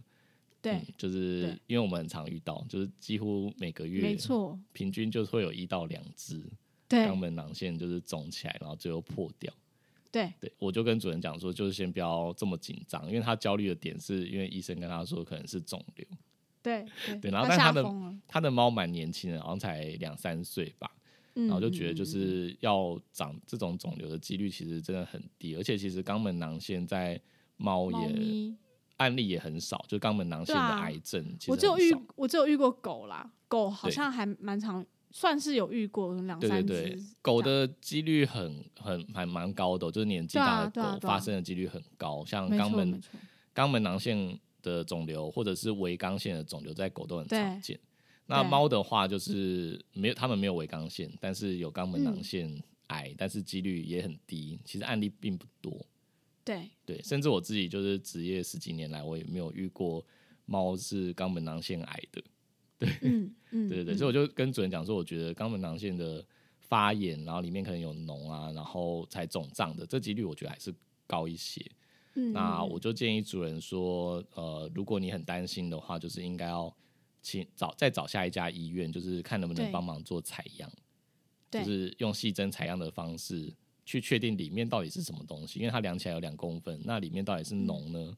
Speaker 1: 对
Speaker 3: 嗯，就是
Speaker 1: 对
Speaker 3: 因为我们很常遇到，就是几乎每个月
Speaker 1: 没错，
Speaker 3: 平均就会有一到两只肛
Speaker 1: 对
Speaker 3: 门囊腺就是肿起来，然后最后破掉。
Speaker 1: 对
Speaker 3: 对，我就跟主任讲说，就是先不要这么紧张，因为他焦虑的点是因为医生跟他说可能是肿瘤，
Speaker 1: 对
Speaker 3: 对然后
Speaker 1: 他
Speaker 3: 但他
Speaker 1: 吓
Speaker 3: 的
Speaker 1: 疯了，
Speaker 3: 他的猫蛮年轻的，好像才两三岁吧，
Speaker 1: 然
Speaker 3: 然后就
Speaker 1: 嗯
Speaker 3: 觉得就是要长这种肿瘤的几率其实真的很低，而且其实肛门囊腺在猫
Speaker 1: 猫
Speaker 3: 也
Speaker 1: 咪，
Speaker 3: 案例也很少，就肛门囊腺
Speaker 1: 对
Speaker 3: 的
Speaker 1: 啊
Speaker 3: 癌症其实
Speaker 1: 我只有
Speaker 3: 很
Speaker 1: 遇
Speaker 3: 少
Speaker 1: 我只有遇过狗啦，狗好
Speaker 3: 对
Speaker 1: 像还蛮常，算是有遇过两
Speaker 3: 对对
Speaker 1: 三
Speaker 3: 对
Speaker 1: 只，
Speaker 3: 狗的几率很很还蛮高的哦、就是年纪
Speaker 1: 对啊
Speaker 3: 大的
Speaker 1: 对啊
Speaker 3: 狗
Speaker 1: 对啊
Speaker 3: 发生的几率很高，像
Speaker 1: 没
Speaker 3: 肛
Speaker 1: 错没
Speaker 3: 门
Speaker 1: 错，
Speaker 3: 肛门囊腺的肿瘤或者是围肛腺的肿瘤，在狗都很
Speaker 1: 对
Speaker 3: 常见。那
Speaker 1: 对
Speaker 3: 猫的话就是没有，它们没有围肛腺，但是有肛门囊
Speaker 1: 嗯
Speaker 3: 腺癌，但是几率也很低。其实案例并不多，
Speaker 1: 对
Speaker 3: 对，甚至我自己就是职业十几年来，我也没有遇过猫是肛门囊腺癌的。
Speaker 1: 嗯嗯，
Speaker 3: 对对对，
Speaker 1: 嗯
Speaker 3: 所以我就跟主任讲说，我觉得肛门囊腺的发炎，然后里面可能有脓啊，然后才肿胀的，这几率我觉得还是高一些。
Speaker 1: 嗯
Speaker 3: 那
Speaker 1: 嗯
Speaker 3: 我就建议主人说，呃，如果你很担心的话，就是应该要请找再找下一家医院，就是看能不能
Speaker 1: 对
Speaker 3: 帮忙做采样，就
Speaker 1: 对
Speaker 3: 是用细针采样的方式去确定里面到底是什么东西，因为它量起来有两公分，那里面到底是脓呢，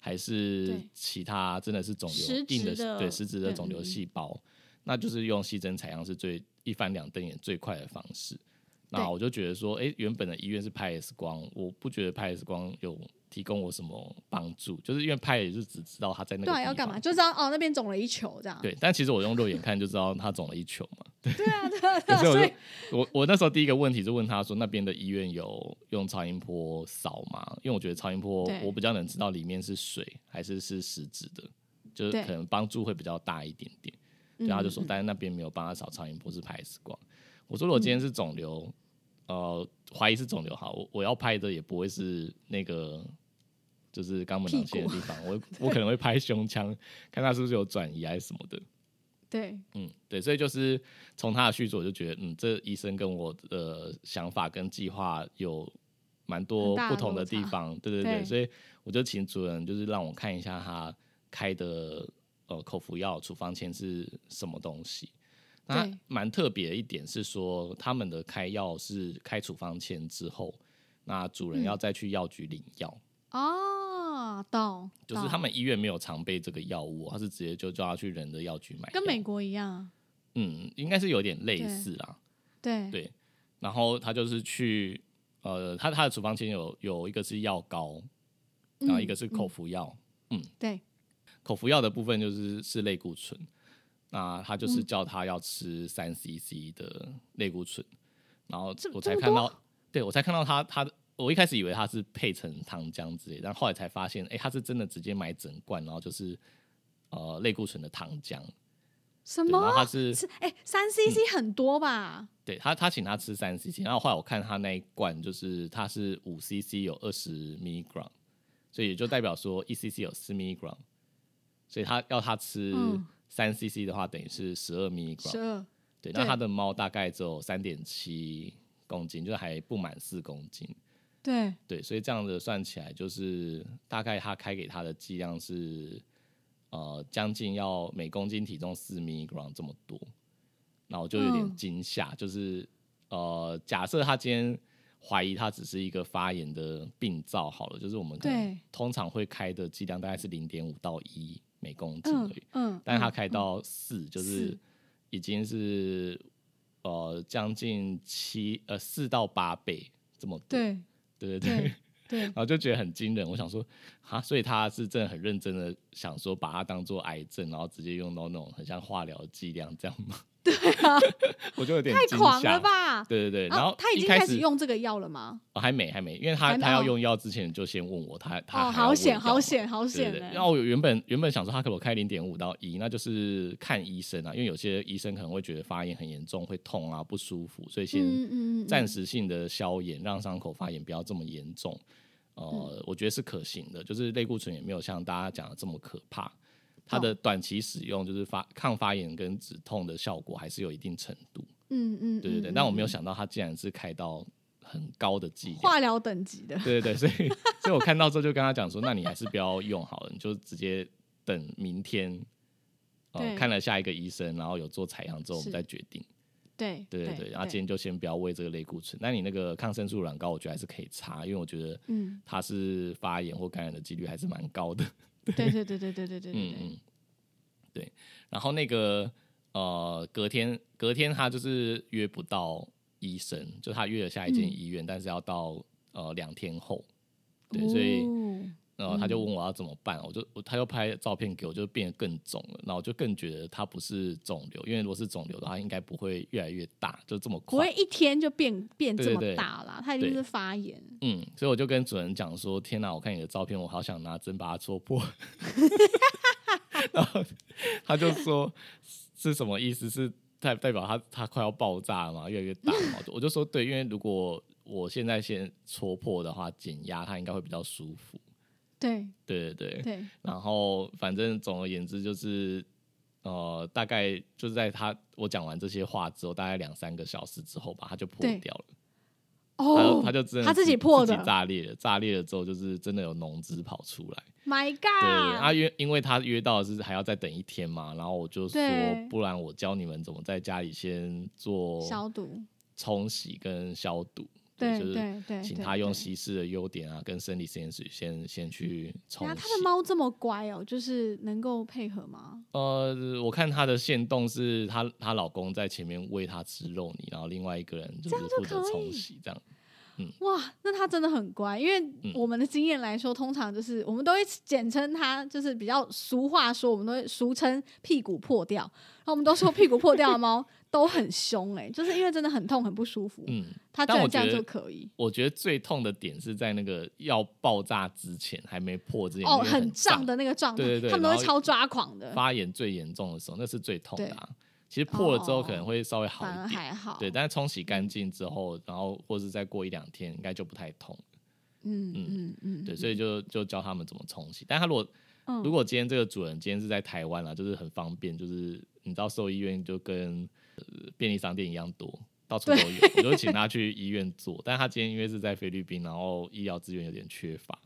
Speaker 3: 还是
Speaker 1: 嗯对
Speaker 3: 其他真的是肿瘤
Speaker 1: 实质
Speaker 3: 硬
Speaker 1: 的
Speaker 3: 对实质的
Speaker 1: 对
Speaker 3: 肿瘤
Speaker 1: 嗯
Speaker 3: 细胞？那就是用细针采样是最一翻两瞪眼最快的方式。那
Speaker 1: 对
Speaker 3: 我就觉得说，哎、原本的医院是拍 X 光，我不觉得拍 X 光有提供我什么帮助，就是因为拍也是只知道他在那
Speaker 1: 对
Speaker 3: 个
Speaker 1: 啊，
Speaker 3: 地
Speaker 1: 要干
Speaker 3: 方
Speaker 1: 嘛？就知道哦，那边肿了一球这样。
Speaker 3: 对，但其实我用肉眼看就知道他肿了一球嘛。
Speaker 1: 对啊，对 啊，对
Speaker 3: 可
Speaker 1: 啊
Speaker 3: 是我
Speaker 1: 所以
Speaker 3: 就我我那时候第一个问题是问他说那边的医院有用超音波扫吗？因为我觉得超音波
Speaker 1: 对
Speaker 3: 我比较能知道里面是水还是是实质的，就是
Speaker 1: 对
Speaker 3: 可能帮助会比较大一点点。
Speaker 1: 嗯
Speaker 3: 然后他就说
Speaker 1: 嗯，嗯
Speaker 3: 但是那边没有帮他扫超音波，是拍 X 光。我说如果今天是肿瘤，呃，怀疑是肿瘤好，我我要拍的也不会是那个。就是肛门
Speaker 1: 屁
Speaker 3: 囊腺的地方，我我可能会拍胸腔，看他是不是有转移还是什么的。
Speaker 1: 对
Speaker 3: 嗯，对，所以就是从他的叙述，我就觉得，嗯，这医生跟我的想法跟计划有蛮
Speaker 1: 很
Speaker 3: 多
Speaker 1: 大
Speaker 3: 不
Speaker 1: 的
Speaker 3: 同的
Speaker 1: 落
Speaker 3: 地
Speaker 1: 差
Speaker 3: 方，对对对，
Speaker 1: 对
Speaker 3: 所以我就请主任就是让我看一下他开的呃口服药处方签是什么东西。那
Speaker 1: 对
Speaker 3: 蛮特别的一点是说，他们的开药是开处方签之后，那主人
Speaker 1: 嗯
Speaker 3: 要再去药局领药。
Speaker 1: 哦，懂，
Speaker 3: 就是
Speaker 1: 懂
Speaker 3: 他们医院没有常备这个药物，他是直接就叫他去人的药局买药。
Speaker 1: 跟美国一样啊，
Speaker 3: 嗯，应该是有点类似啦。
Speaker 1: 对
Speaker 3: 对，然后他就是去呃，他他的处方签有有一个是药膏，然后一个
Speaker 1: 嗯
Speaker 3: 是口服药，
Speaker 1: 对
Speaker 3: 口服药的部分就是是类固醇，那他就是
Speaker 1: 嗯
Speaker 3: 叫他要吃三 CC 的类固醇，然后
Speaker 1: 这
Speaker 3: 我才
Speaker 1: 这么
Speaker 3: 看到，对我才看到他他我一开始以为他是配成糖浆之类，但后来才发现，哎、他是真的直接买整罐，然后就是呃类固醇的糖浆，
Speaker 1: 什
Speaker 3: 对，然后
Speaker 1: 么
Speaker 3: 他？是
Speaker 1: 是哎，三 CC 很多吧？
Speaker 3: 对他，他请他吃三 CC，然后后来我看他那一罐就是他是五 CC 有二十 milligram，所以也就代表说一 CC 有四 milligram，所以他要他吃
Speaker 1: 嗯
Speaker 3: 三 CC 的话，等于是十二 milligram，
Speaker 1: 十二，对
Speaker 3: 对，那它的猫大概只有三点七公斤，就是还不满四公斤。
Speaker 1: 对，
Speaker 3: 对，所以这样子算起来，就是大概他开给他的剂量是呃将近要每公斤体重四 milligram 这么多，那我就有点
Speaker 1: 嗯
Speaker 3: 惊吓，就是呃假设他今天怀疑他只是一个发炎的病灶好了，就是我们可能
Speaker 1: 对
Speaker 3: 通常会开的剂量大概是零点五到一每公斤而
Speaker 1: 嗯
Speaker 3: 已，
Speaker 1: 嗯，
Speaker 3: 但是他
Speaker 1: 嗯
Speaker 3: 开到四、就是
Speaker 1: 四
Speaker 3: 已经是呃将近七呃四到八倍这么多，
Speaker 1: 对
Speaker 3: 对对对。
Speaker 1: 对对
Speaker 3: 然，后就觉得很惊人。我想说，啊，所以他是真的很认真的想说，把它当做癌症，然后直接用到那种很像化疗剂量这样 吗？对啊， 我就有点
Speaker 1: 太
Speaker 3: 惊
Speaker 1: 狂
Speaker 3: 吓
Speaker 1: 了？吧？
Speaker 3: 对对对，
Speaker 1: 啊
Speaker 3: 然后
Speaker 1: 他已
Speaker 3: 一
Speaker 1: 经
Speaker 3: 开
Speaker 1: 开始、用这个药了吗？
Speaker 3: 哦，还没还没，因为他
Speaker 1: 还没
Speaker 3: 他要
Speaker 1: 哦
Speaker 3: 用药之前就先问我，他他
Speaker 1: 哦，
Speaker 3: 还要
Speaker 1: 好险，
Speaker 3: 问
Speaker 1: 好
Speaker 3: 药
Speaker 1: 险，好
Speaker 3: 对
Speaker 1: 险
Speaker 3: 对对，
Speaker 1: 哎
Speaker 3: 然后我原本原本想说他可不可以开零点五到一，那就是看医生啊，因为有些医生可能会觉得发炎很严重，会痛啊不舒服，所以先
Speaker 1: 嗯嗯嗯嗯
Speaker 3: 暂时性的消炎，让伤口发炎不要这么严重。呃，
Speaker 1: 嗯
Speaker 3: 我觉得是可行的，就是类固醇也没有像大家讲的这么可怕。它的短期使用就是发抗发炎跟止痛的效果还是有一定程度，
Speaker 1: 嗯嗯，
Speaker 3: 对对对。
Speaker 1: 嗯
Speaker 3: 但我没有
Speaker 1: 嗯
Speaker 3: 想到它竟然是开到很高的剂量，
Speaker 1: 化疗等级的，
Speaker 3: 对对对，所以所以我看到之后就跟他讲说，那你还是不要用好了，你就直接等明天，呃，
Speaker 1: 对
Speaker 3: 看了下一个医生，然后有做采样之后，我
Speaker 1: 是
Speaker 3: 们再决定。
Speaker 1: 对
Speaker 3: 对对对，然后今天就先不要喂这个类固醇。那你那个抗生素软膏，我觉得还是可以擦，因为我觉得
Speaker 1: 嗯，
Speaker 3: 它是发炎或感染的几率还是蛮高的。
Speaker 1: 对对对对对对对对
Speaker 3: 嗯
Speaker 1: 对，
Speaker 3: 嗯，对。然后那个呃，隔天隔天他就是约不到医生，就他约了下一间
Speaker 1: 嗯
Speaker 3: 医院，但是要到呃两天后。对，所以。
Speaker 1: 哦
Speaker 3: 然后他就问我要怎么办，我就我他就拍照片给我，就变得更肿了。然后我就更觉得它不是肿瘤，因为如果是肿瘤的话，应该不会越来越大，就这么
Speaker 1: 不
Speaker 3: 快
Speaker 1: 会。一天就变变这
Speaker 3: 对对
Speaker 1: 么
Speaker 3: 对
Speaker 1: 大啦，它一定
Speaker 3: 对
Speaker 1: 是发炎。
Speaker 3: 嗯，所以我就跟主人讲说：“天哪，我看你的照片，我好想拿针把它戳破。” 然后他就说：“是什么意思？是代代表它它快要爆炸了吗？越来越大嘛？”我就说：“对，因为如果我现在先戳破的话，减压它应该会比较舒服。”
Speaker 1: 对
Speaker 3: 对对对。
Speaker 1: 对，
Speaker 3: 然后反正总而言之就是，呃，大概就是在他我讲完这些话之后，大概两三个小时之后吧，他就破
Speaker 1: 对
Speaker 3: 掉了。他就
Speaker 1: 哦，
Speaker 3: 他就真的
Speaker 1: 他自己破
Speaker 3: 自
Speaker 1: 的
Speaker 3: 己炸裂了，炸裂了之后就是真的有脓汁跑出来。
Speaker 1: ，My
Speaker 3: 对，啊
Speaker 1: God，
Speaker 3: 约因为他约到的是还要再等一天嘛，然后我就说
Speaker 1: 对，
Speaker 3: 不然我教你们怎么在家里先做
Speaker 1: 消毒，
Speaker 3: 冲洗跟消毒。
Speaker 1: 对
Speaker 3: 就是
Speaker 1: 对对
Speaker 3: 请
Speaker 1: 对
Speaker 3: 他用
Speaker 1: 对
Speaker 3: 西式的优点啊，跟生理实验室先先去冲
Speaker 1: 然
Speaker 3: 洗。
Speaker 1: 后啊他的猫这么乖哦，就是能够配合吗？
Speaker 3: 呃，我看她的线动是她她老公在前面喂她吃肉泥，然后另外一个人就是
Speaker 1: 这样就
Speaker 3: 负责
Speaker 1: 可
Speaker 3: 冲
Speaker 1: 以
Speaker 3: 洗这样。
Speaker 1: 哇，那他真的很乖，因为
Speaker 3: 嗯
Speaker 1: 我们的经验来说，通常就是我们都会简称他，就是比较俗话说，我们都会俗称屁股破掉。然后我们都说屁股破掉的猫都很凶，哎，就是因为真的很痛很不舒服，
Speaker 3: 嗯，
Speaker 1: 它居
Speaker 3: 但
Speaker 1: 然
Speaker 3: 我
Speaker 1: 这样
Speaker 3: 觉得
Speaker 1: 就可以。
Speaker 3: 我觉得最痛的点是在那个要爆炸之前还没破之前，
Speaker 1: 哦，
Speaker 3: 那个
Speaker 1: 很胀
Speaker 3: 胀
Speaker 1: 的那个状态，
Speaker 3: 对对对
Speaker 1: 他们都
Speaker 3: 然
Speaker 1: 会超
Speaker 3: 后
Speaker 1: 抓狂的，
Speaker 3: 发炎最严重的时候，那是最痛的、啊。其实破了之后可能会稍微好
Speaker 1: 哦反而
Speaker 3: 一点，
Speaker 1: 还好。
Speaker 3: 对，但是冲洗干净之后，然后或是再过一两天，应该就不太痛。
Speaker 1: 嗯
Speaker 3: 嗯
Speaker 1: 嗯嗯，
Speaker 3: 对，所以就就教他们怎么冲洗。但他如果
Speaker 1: 嗯
Speaker 3: 如果今天这个主人今天是在台湾啦，就是很方便，就是你到兽医院就跟、呃便利商店一样多，到处都有。我就请他去医院做，但他今天因为是在菲律宾，然后医疗资源有点缺乏，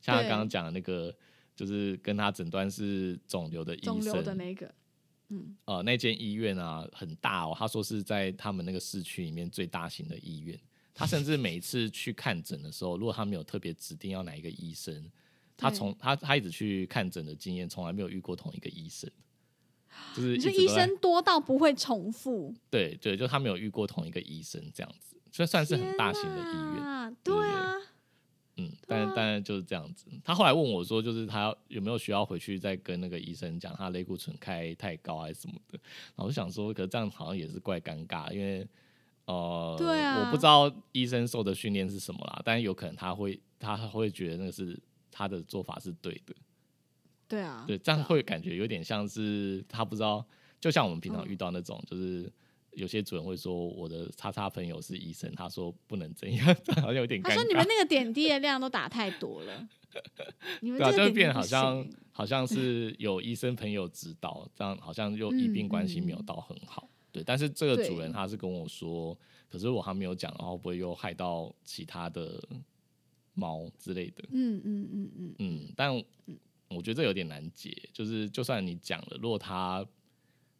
Speaker 3: 像他
Speaker 1: 对
Speaker 3: 刚刚讲的那个，就是跟他诊断是肿瘤的医
Speaker 1: 肿瘤
Speaker 3: 生，
Speaker 1: 的那个，
Speaker 3: 呃，那间医院啊很大哦，他说是在他们那个市区里面最大型的医院。他甚至每一次去看诊的时候，如果他没有特别指定要哪一个医生，他
Speaker 1: 对
Speaker 3: 从他他一直去看诊的经验，从来没有遇过同一个医生，就
Speaker 1: 你
Speaker 3: 是一
Speaker 1: 说
Speaker 3: 直
Speaker 1: 医
Speaker 3: 都在
Speaker 1: 生多到不会重复，
Speaker 3: 对对，就他没有遇过同一个医生这样子，所以算是很大型的医
Speaker 1: 天
Speaker 3: 院。
Speaker 1: 啊对啊，
Speaker 3: 嗯，但
Speaker 1: 啊
Speaker 3: 当然就是这样子。他后来问我说，就是他有没有需要回去再跟那个医生讲他类固醇开太高还是什么的。然后我就想说，可是这样好像也是怪尴尬，因为呃，
Speaker 1: 对啊
Speaker 3: 我不知道医生受的训练是什么啦，但有可能他会他会觉得那个是他的做法是对的，
Speaker 1: 对啊，
Speaker 3: 对，这样会感觉有点像是他不知道，就像我们
Speaker 1: 嗯
Speaker 3: 平常遇到那种就是。有些主人会说我的叉叉朋友是医生，他说不能这样， 好像有点尴尬。
Speaker 1: 他说你们那个点滴的量都打太多了，你们这
Speaker 3: 对啊，
Speaker 1: 个点
Speaker 3: 就会
Speaker 1: 滴
Speaker 3: 变得
Speaker 1: 不
Speaker 3: 好像
Speaker 1: 行
Speaker 3: 好像是有医生朋友指导，这样好像又
Speaker 1: 嗯
Speaker 3: 医病关系没有
Speaker 1: 嗯
Speaker 3: 到很好。对，但是这个主
Speaker 1: 对
Speaker 3: 人他是跟我说，可是我还没有讲，然后会不会又害到其他的猫之类的？
Speaker 1: 嗯嗯嗯嗯，
Speaker 3: 嗯，但我觉得这有点难解，就是就算你讲了，如果他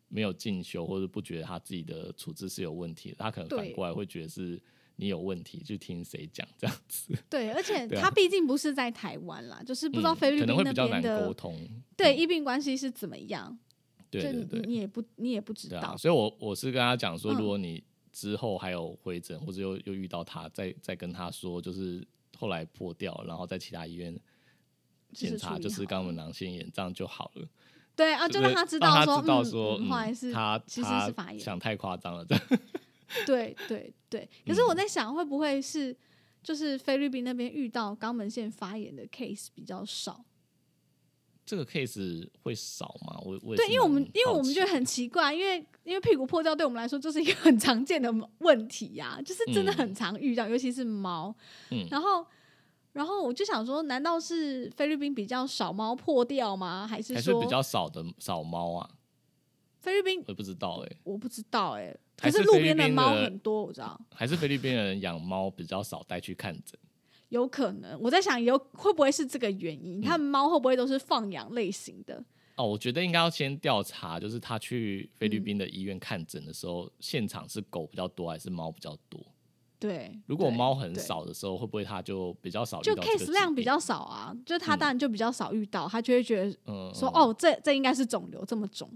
Speaker 3: 没有进修或者不觉得他自己的处置是有问题的，他可能反
Speaker 1: 对
Speaker 3: 过来会觉得是你有问题，去听谁讲这样子，
Speaker 1: 对，而且
Speaker 3: 对啊
Speaker 1: 他毕竟不是在台湾啦，就是不知道
Speaker 3: 嗯
Speaker 1: 菲律
Speaker 3: 可
Speaker 1: 宾
Speaker 3: 能会
Speaker 1: 那
Speaker 3: 比较
Speaker 1: 边
Speaker 3: 难沟
Speaker 1: 的
Speaker 3: 通。嗯
Speaker 1: 对医病关系是怎么样，
Speaker 3: 对
Speaker 1: 就
Speaker 3: 对对，
Speaker 1: 你也不你也不知
Speaker 3: 对啊
Speaker 1: 道，，
Speaker 3: 所以我我是跟他讲说，
Speaker 1: 嗯
Speaker 3: 如果你之后还有回诊，或者又又遇到他，再再跟他说，就是后来破掉，然后在其他医院
Speaker 1: 就是
Speaker 3: 检查，
Speaker 1: 处理
Speaker 3: 就是
Speaker 1: 好
Speaker 3: 肛门囊腺炎，这样就好了。
Speaker 1: 对啊，就
Speaker 3: 让
Speaker 1: 让他
Speaker 3: 知
Speaker 1: 知道说，
Speaker 3: 知道
Speaker 1: 嗯
Speaker 3: 说，
Speaker 1: 嗯后来是
Speaker 3: 他
Speaker 1: 其实
Speaker 3: 他
Speaker 1: 是发炎
Speaker 3: 想太夸张了，这样
Speaker 1: 对对对，可
Speaker 3: 嗯
Speaker 1: 是我在想，会不会是就是菲律宾那边遇到肛门腺发炎的 case 比较少？
Speaker 3: 这个 case 会少吗？我我也
Speaker 1: 对，
Speaker 3: 是
Speaker 1: 因为我们
Speaker 3: 蛮
Speaker 1: 因为
Speaker 3: 好
Speaker 1: 我们
Speaker 3: 奇
Speaker 1: 觉得很奇怪，因为因为屁股破掉对我们来说就是一个很常见的问题呀、就是真的
Speaker 3: 嗯
Speaker 1: 很常遇到，尤其是猫。
Speaker 3: 嗯
Speaker 1: 然后然后我就想说，难道是菲律宾比较少猫破掉吗？还是
Speaker 3: 还是
Speaker 1: 说
Speaker 3: 比较少的少猫啊，
Speaker 1: 菲律宾
Speaker 3: 我也不知道哎、
Speaker 1: 我不知道哎、可
Speaker 3: 还
Speaker 1: 是
Speaker 3: 是
Speaker 1: 路
Speaker 3: 菲律
Speaker 1: 边的
Speaker 3: 宾
Speaker 1: 猫
Speaker 3: 的
Speaker 1: 很多，我知道。
Speaker 3: 还是菲律宾人养猫比较少带去看诊，
Speaker 1: 有可能，我在想有会不会是这个原
Speaker 3: 嗯
Speaker 1: 因？他们猫会不会都是放养类型的？
Speaker 3: 哦，我觉得应该要先调查，就是他去菲
Speaker 1: 嗯
Speaker 3: 律宾的医院看诊的时候，现场是狗比较多还是猫比较多？
Speaker 1: 对，
Speaker 3: 如果
Speaker 1: 对
Speaker 3: 猫很
Speaker 1: 对
Speaker 3: 少的时候，会不会他就比较少遇
Speaker 1: 就
Speaker 3: 到这个
Speaker 1: case
Speaker 3: 疾
Speaker 1: 量比
Speaker 3: 病，
Speaker 1: 较少啊，就他当然就比较少遇到，他就会觉得
Speaker 3: 嗯，
Speaker 1: 说、
Speaker 3: 嗯，
Speaker 1: 哦，这这应该是肿瘤这么肿。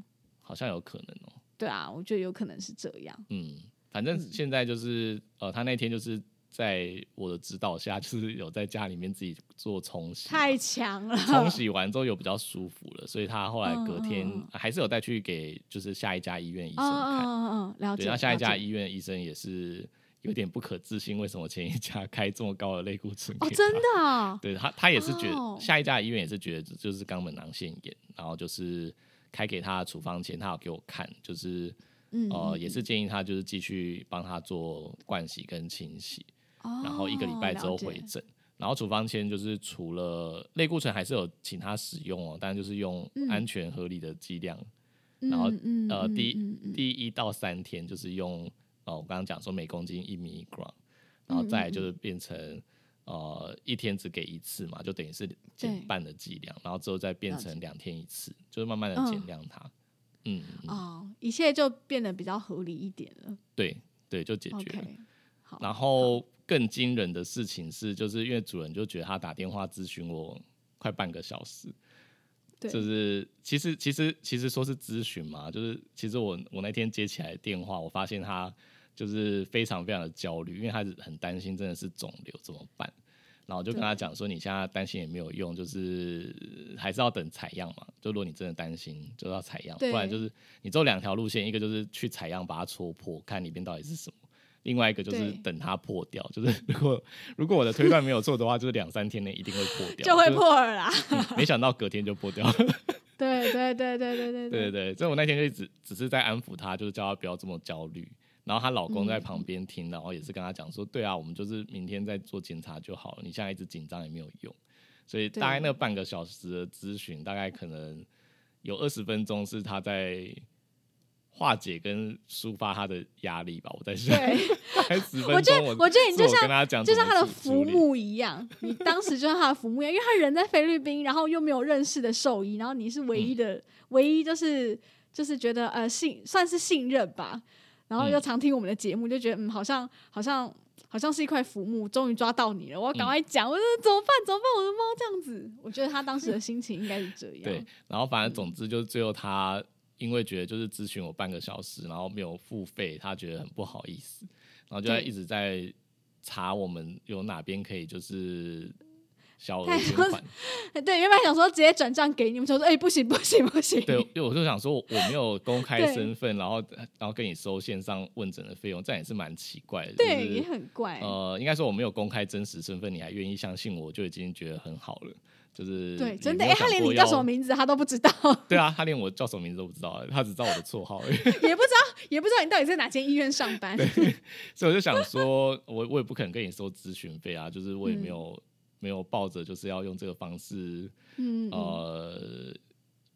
Speaker 3: 好像有可能哦，
Speaker 1: 对啊，我觉得有可能是这样。
Speaker 3: 嗯，反正现在就是呃，他那天就是在我的指导下，就是有在家里面自己做冲洗 嘛，
Speaker 1: 太强了，
Speaker 3: 冲洗完之后有比较舒服了，所以他后来隔天
Speaker 1: 嗯嗯嗯
Speaker 3: 还是有带去给就是下一家医院医
Speaker 1: 嗯
Speaker 3: 生
Speaker 1: 嗯
Speaker 3: 看，
Speaker 1: 嗯嗯，了
Speaker 3: 对，
Speaker 1: 解。
Speaker 3: 那下一
Speaker 1: 了
Speaker 3: 家
Speaker 1: 解
Speaker 3: 医院医生也是有点不可置信，为什么前一家开这么高的类固醇？
Speaker 1: 哦，真。的啊，
Speaker 3: 对他，他也是觉得、
Speaker 1: 哦
Speaker 3: 下一家医院也是觉得就是肛门囊腺炎，然后就是开给他的处方前，他有给我看，就是
Speaker 1: 嗯，
Speaker 3: 呃
Speaker 1: 嗯
Speaker 3: 也是建议他就是继续帮他做灌洗跟清洗，然后一个礼拜之后回。
Speaker 1: 哦了解
Speaker 3: 诊。然后处方签就是除了类固醇还是有请他使用哦，但就是用
Speaker 1: 嗯
Speaker 3: 安全合理的剂量，
Speaker 1: 嗯
Speaker 3: 然后
Speaker 1: 嗯
Speaker 3: 呃，
Speaker 1: 嗯
Speaker 3: 第
Speaker 1: 嗯嗯
Speaker 3: 第一到三天就是用呃，我刚刚讲说每公斤一米 g 然后
Speaker 1: 嗯
Speaker 3: 再来就是变成呃一天只给一次嘛，就等于是减
Speaker 1: 对
Speaker 3: 半的剂量，然后之后再变
Speaker 1: 了解
Speaker 3: 成两天一次，就是慢慢的
Speaker 1: 嗯
Speaker 3: 减量它。嗯，嗯
Speaker 1: 哦，一切就变得比较合理一点了。
Speaker 3: 对对，就解决了。
Speaker 1: OK，好
Speaker 3: 然后更惊人的事情是，就是因为主人就觉得他打电话咨询我快半个小时，
Speaker 1: 对
Speaker 3: 就是其实其实其实说是咨询嘛，就是其实我我那天接起来的电话，我发现他就是非常非常的焦虑，因为他是很担心真的是肿瘤怎么办。然后我就跟他讲说，你现在担心也没有用，就是呃还是要等采样嘛。就如果你真的担心，就要采样，不
Speaker 1: 对
Speaker 3: 然就是你走两条路线，一个就是去采样把它戳破，看里面到底是什么。另外一个就是
Speaker 1: 对
Speaker 3: 等它破掉，就是如果如果我的推断没有错的话，就是两三天内一定会破 掉，
Speaker 1: 就会破了啦。
Speaker 3: 就是。没想到隔天就破掉了，
Speaker 1: 对对对对对对
Speaker 3: 对对对，所以我那天就只只是在安抚她，就是叫她不要这么焦虑。然后她老
Speaker 1: 嗯
Speaker 3: 公在旁边听，然后也是跟她讲说，对啊，我们就是明天再做检查就好了，你现在一直紧张也没有用。所以大概那半个小时的咨询，大概可能有二十分钟是她在化解跟抒发她的压力吧。我在想，
Speaker 1: 对，
Speaker 3: 还十分钟，
Speaker 1: 我觉得我觉得你就
Speaker 3: 自我跟
Speaker 1: 像
Speaker 3: 她讲
Speaker 1: 就
Speaker 3: 怎
Speaker 1: 像
Speaker 3: 么
Speaker 1: 他的
Speaker 3: 去处
Speaker 1: 浮
Speaker 3: 理
Speaker 1: 木一样，你当时就像他的浮木一样，因为他人在菲律宾，然后又没有认识的兽医，然后你是唯
Speaker 3: 嗯
Speaker 1: 一的，唯一就是就是觉得呃信算是信任吧，然
Speaker 3: 嗯
Speaker 1: 后又常听我们的节目，就觉得嗯好像好像。好像是一块浮木，终于抓到你了！我要
Speaker 3: 嗯
Speaker 1: 赶快讲，我说怎么办？怎么办？我的猫这样子，我觉得他当时的心情应该是这样。嗯
Speaker 3: 对，然后反正总之就是最后他因为觉得就是咨询我半个小时，然后没有付费，他觉得很不好意思，然后就在
Speaker 1: 对
Speaker 3: 一直在查我们有哪边可以就是小额
Speaker 1: 太
Speaker 3: 捐
Speaker 1: 多
Speaker 3: 款。
Speaker 1: 哎对，原本想说直接转账给你们，想说哎、不行不行不行，
Speaker 3: 对，因为我就想说我我没有公开
Speaker 1: 对
Speaker 3: 身份，然后然后跟你收线上问诊的费用，这样也是蛮奇怪的。
Speaker 1: 对，
Speaker 3: 就是
Speaker 1: 也很怪。
Speaker 3: 呃，应该说我没有公开真实身份，你还愿意相信我，就已经觉得很好了。就是
Speaker 1: 对，
Speaker 3: 也
Speaker 1: 真的，
Speaker 3: 没
Speaker 1: 哎、
Speaker 3: 有
Speaker 1: 他
Speaker 3: 想
Speaker 1: 连
Speaker 3: 过
Speaker 1: 你叫什
Speaker 3: 要
Speaker 1: 么？名字他都不知道，
Speaker 3: 对啊，他连我叫什么名字都不知道，他只知道我的绰号而已。
Speaker 1: 也不知道，也不知道你到底在哪间医院上班。
Speaker 3: 所以我就想说，我我也不肯跟你收咨询费啊，就是我也没有、没有抱着就是要用这个方式
Speaker 1: 嗯，嗯
Speaker 3: 呃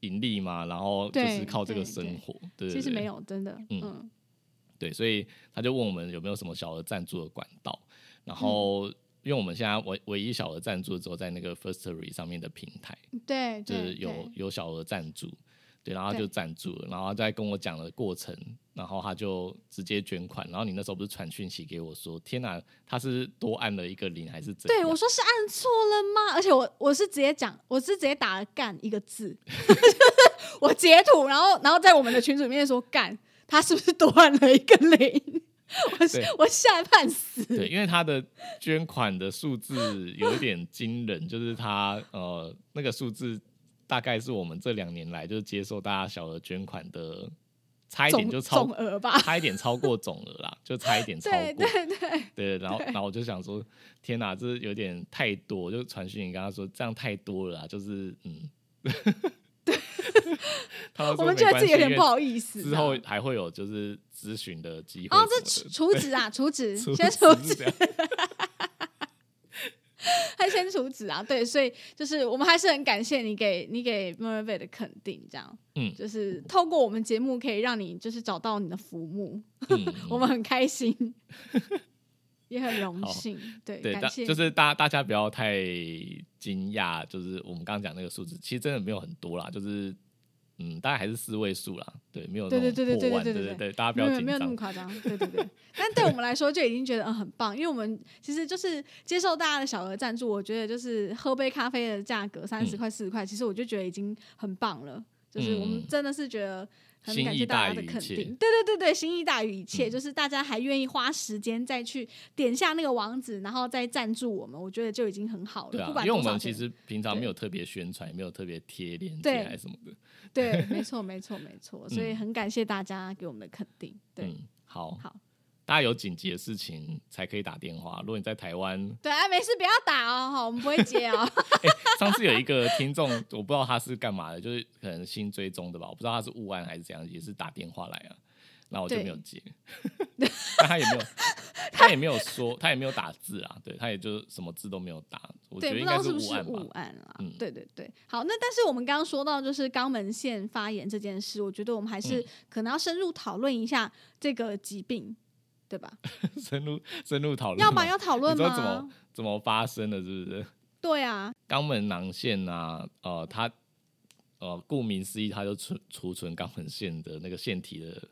Speaker 3: 盈利嘛，然后就是
Speaker 1: 对
Speaker 3: 靠这个
Speaker 1: 对
Speaker 3: 生
Speaker 1: 对
Speaker 3: 活，对对
Speaker 1: 其实
Speaker 3: 对
Speaker 1: 没有，真的，
Speaker 3: 嗯
Speaker 1: 嗯，
Speaker 3: 对，所以他就问我们有没有什么小额赞助的管道，
Speaker 1: 嗯
Speaker 3: 然后。因为我们现在唯唯一小额赞助只有在那个 Firstory 上面的平台，
Speaker 1: 对，
Speaker 3: 就
Speaker 1: 对
Speaker 3: 是有
Speaker 1: 对
Speaker 3: 有小额赞助，对，然后他
Speaker 1: 对
Speaker 3: 就赞助了，然后他在跟我讲的过程，然后他就直接捐款，然后你那时候不是传讯息给我说，天哪、他是多按了一个零还是怎样？
Speaker 1: 对我说是按错了吗？而且我我是直接讲，我是直接打了“干”一个字， 就是我截图，然后然后在我们的群组里面说“干”，他是不是多按了一个零？ 我
Speaker 3: 对
Speaker 1: 我吓半死。
Speaker 3: 对，因为他的捐款的数字有一点惊人，就是他呃那个数字大概是我们这两年来就是接受大家小额捐款的，差一点
Speaker 1: 总
Speaker 3: 就超
Speaker 1: 总额吧
Speaker 3: 差一点超过总额啦，就差一点 超
Speaker 1: 对
Speaker 3: 过。
Speaker 1: 对对，
Speaker 3: 对，然后然后我就想说，天哪，这有点太多，我就传讯息跟他说这样太多了啦，就是嗯， 他就说
Speaker 1: 我们觉得自己有点不好
Speaker 3: 意
Speaker 1: 意思。啊
Speaker 3: 之后还会有就是咨询的机会
Speaker 1: 哦，这
Speaker 3: 什
Speaker 1: 除
Speaker 3: 么的
Speaker 1: 除纸啊，除 纸，
Speaker 3: 出
Speaker 1: 先除纸，
Speaker 3: 是这样，
Speaker 1: 还先除纸啊，对，所以就是我们还是很感谢你给你给 m e r v 的肯定，这样，
Speaker 3: 嗯
Speaker 1: 就是透过我们节目可以让你就是找到你的浮木，
Speaker 3: 嗯嗯
Speaker 1: 我们很开 心，也很荣
Speaker 3: 好
Speaker 1: 幸，对，
Speaker 3: 对，大
Speaker 1: 感谢，
Speaker 3: 就是大大家不要太惊讶，就是我们刚刚讲那个数字，其实真的没有很多啦，就是嗯，大概还是四位数啦，对，没有那
Speaker 1: 对对
Speaker 3: 种
Speaker 1: 对对
Speaker 3: 破
Speaker 1: 对
Speaker 3: 万，
Speaker 1: 对对
Speaker 3: 对
Speaker 1: 对
Speaker 3: 对，大家不
Speaker 1: 没
Speaker 3: 要
Speaker 1: 有
Speaker 3: 紧
Speaker 1: 没有那么
Speaker 3: 张，
Speaker 1: 夸张，对对 对。但对我们来说就已经觉得嗯很棒，因为我们其实就是接受大家的小额赞助，我觉得就是喝杯咖啡的价格
Speaker 3: 嗯
Speaker 1: 三十块四十块，其实我就觉得已经很棒了。就是我
Speaker 3: 嗯
Speaker 1: 们真的是觉得很感
Speaker 3: 心意
Speaker 1: 谢大
Speaker 3: 大
Speaker 1: 家
Speaker 3: 于
Speaker 1: 的肯
Speaker 3: 一切嗯
Speaker 1: 定，对对对对，心意大于一切，就是大家还愿意花时间再去点下那个网址，然后再赞助我们，我觉得就已经很好
Speaker 3: 对
Speaker 1: 了。
Speaker 3: 啊
Speaker 1: 不，管
Speaker 3: 因为我
Speaker 1: 多少
Speaker 3: 们
Speaker 1: 钱
Speaker 3: 其实平常
Speaker 1: 对
Speaker 3: 没有特别宣传，也没有特别贴链接
Speaker 1: 对
Speaker 3: 还是什么的，
Speaker 1: 对，没错没错没错，所以
Speaker 3: 嗯
Speaker 1: 很感谢大家给我们的肯定。对、
Speaker 3: 嗯，好，
Speaker 1: 好，，
Speaker 3: 大家有紧急的事情才可以打电话，如果你在台湾
Speaker 1: 对啊，没事不要打哦，好我们不会接哦。
Speaker 3: 哎、上次有一个听众，我不知道他是干嘛的，就是可能新追踪的吧，我不知道他是误按还是怎样，也是打电话来啊，那我就
Speaker 1: 对
Speaker 3: 没有接， 但他也没有，他也没有说，他也没有打字啊，对他也就什么字都没有打，我觉
Speaker 1: 对，不
Speaker 3: 得应
Speaker 1: 知
Speaker 3: 该
Speaker 1: 道是不
Speaker 3: 误
Speaker 1: 是
Speaker 3: 按吧
Speaker 1: 误，案啦。
Speaker 3: 嗯
Speaker 1: 对对对，好，那但是我们刚刚说到就是肛门腺发炎这件事，我觉得我们还是
Speaker 3: 嗯
Speaker 1: 可能要深入讨论一下这个疾病，对 吧？
Speaker 3: 深入深入讨论吗，
Speaker 1: 要不然要讨论
Speaker 3: 你知道怎
Speaker 1: 吗
Speaker 3: 么？怎么发生的，是不是？
Speaker 1: 对啊，
Speaker 3: 肛门囊腺啊，呃，它呃，顾名思义，它就储储存肛门腺的那个腺体的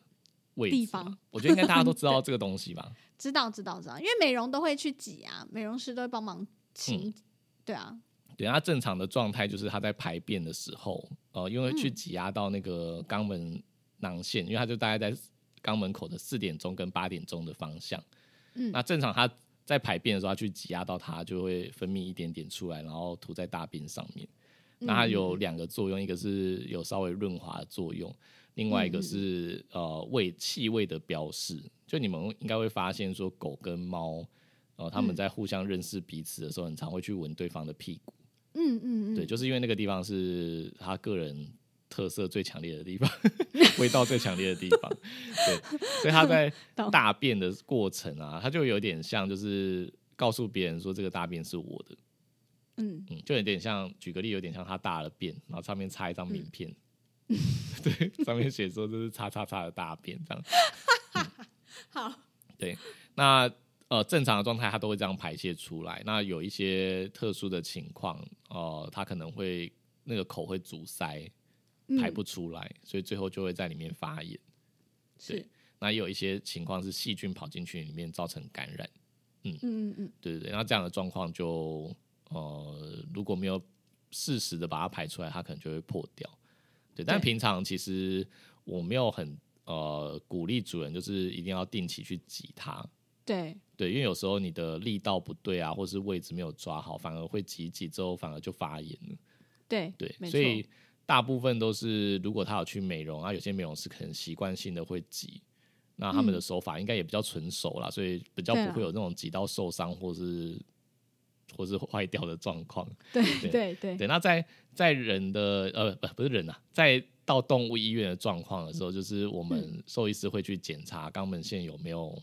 Speaker 3: 位置吧
Speaker 1: 地方，
Speaker 3: 我觉得应该大家都 知道这个东西吧？
Speaker 1: 知道知道知道，因为美容都会去挤啊，美容师都会帮忙
Speaker 3: 嗯
Speaker 1: 清，对啊，
Speaker 3: 对，它正常的状态就是它在排便的时候，呃，因为
Speaker 1: 嗯
Speaker 3: 去挤压到那个肛门囊腺，因为它就大概在肛门口的四点钟跟八点钟的方向。
Speaker 1: 嗯
Speaker 3: 那正常它在排便的时候，它去挤压到它就会分泌一点点出来，然后涂在大便上面。
Speaker 1: 嗯
Speaker 3: 那它有两个作用，一个是有稍微润滑的作用，另外一个是、
Speaker 1: 嗯
Speaker 3: 呃味气味的标示。就你们应该会发现说，狗跟猫，呃，它们
Speaker 1: 嗯
Speaker 3: 在互相认识彼此的时候，很常会去闻对方的屁股。
Speaker 1: 嗯嗯嗯，
Speaker 3: 对，就是因为那个地方是他个人特色最强烈的 地方，味道最强烈的地方。对，所以他在
Speaker 1: 懂
Speaker 3: 大便的过程啊，他就有点像就是告诉别人说这个大便是我的，
Speaker 1: 嗯，
Speaker 3: 嗯，就有点像举个例，有点像他大了便，然后上面插一张名片，
Speaker 1: 嗯
Speaker 3: 对，上面写说这是叉叉叉的大便这样。
Speaker 1: 好，
Speaker 3: 那呃，正常的状态它都会这样排泄出来。那有一些特殊的情况，呃，它可能会那个口会阻塞，
Speaker 1: 嗯
Speaker 3: 排不出来，所以最后就会在里面发炎。对
Speaker 1: 是，
Speaker 3: 那也有一些情况是细菌跑进去里面造成感染，
Speaker 1: 嗯嗯嗯，
Speaker 3: 对对对。那这样的状况就呃，如果没有适时的把它排出来，它可能就会破掉。对，但
Speaker 1: 对
Speaker 3: 平常其实我没有很呃鼓励主人就是一定要定期去挤它，
Speaker 1: 对，
Speaker 3: 对，因为有时候你的力道不对啊，或是位置没有抓好，反而会挤一挤之后反而就发炎了。
Speaker 1: 对
Speaker 3: 对
Speaker 1: 没，
Speaker 3: 所
Speaker 1: 错
Speaker 3: 以大部分都是如果他有去美容啊，有些美容师可能习惯性的会挤，那他们的手法应该也比较纯熟啦，所以比较
Speaker 1: 嗯对
Speaker 3: 不
Speaker 1: 啊
Speaker 3: 会有那种挤到受伤或是或是坏掉的状况。
Speaker 1: 对对对，
Speaker 3: 对，那在在人的呃不不是人啊，在到动物医院的状况的时
Speaker 1: 嗯
Speaker 3: 候，就是我们兽医师会去检查肛门腺有没有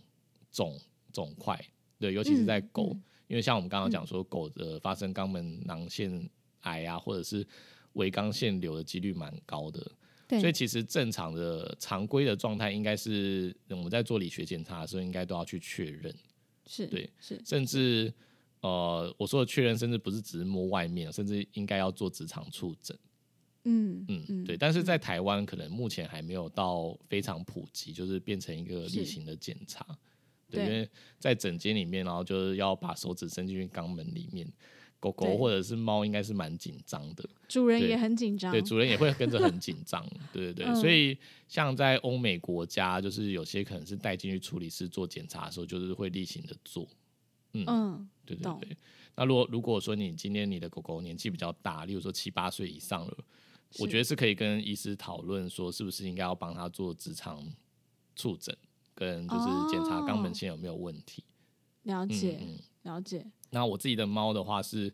Speaker 3: 肿肿块，对，尤其是在
Speaker 1: 嗯
Speaker 3: 狗，
Speaker 1: 嗯
Speaker 3: 因为像我们刚刚讲说，狗的发生肛门囊腺癌啊，或者是围肛腺瘤的几率蛮高的，
Speaker 1: 对
Speaker 3: 所以其实正常的常规的状态应该是我们在做理学检查的时候，应该都要去确认。
Speaker 1: 是，
Speaker 3: 对
Speaker 1: 是，
Speaker 3: 甚至呃，我说的确认，甚至不是只是摸外面，甚至应该要做职场触诊。
Speaker 1: 嗯
Speaker 3: 嗯，对。但是在台湾，可能目前还没有到非常普及，就是变成一个
Speaker 1: 是
Speaker 3: 例行的检查。对，
Speaker 1: 对
Speaker 3: 因为在诊间里面，然后就是要把手指伸进去肛门里面。狗狗
Speaker 1: 对
Speaker 3: 或者是猫应该是蛮紧张的，
Speaker 1: 主人
Speaker 3: 对
Speaker 1: 也很紧张，
Speaker 3: 对，主人也会跟着很紧张，对对对。
Speaker 1: 嗯
Speaker 3: 所以像在欧美国家，就是有些可能是带进去处理室做检查的时候，就是会例行的做。
Speaker 1: 嗯，
Speaker 3: 对对
Speaker 1: 懂
Speaker 3: 对。那如果如果说你今天你的狗狗年纪比较大，例如说七八岁以上了，我
Speaker 1: 是
Speaker 3: 觉得是可以跟医师讨论说，是不是应该要帮他做直肠触诊，跟就是检查肛门腺有没有问题。
Speaker 1: 了
Speaker 3: 嗯
Speaker 1: 解
Speaker 3: 嗯。
Speaker 1: 了解，
Speaker 3: 那我自己的猫的话是，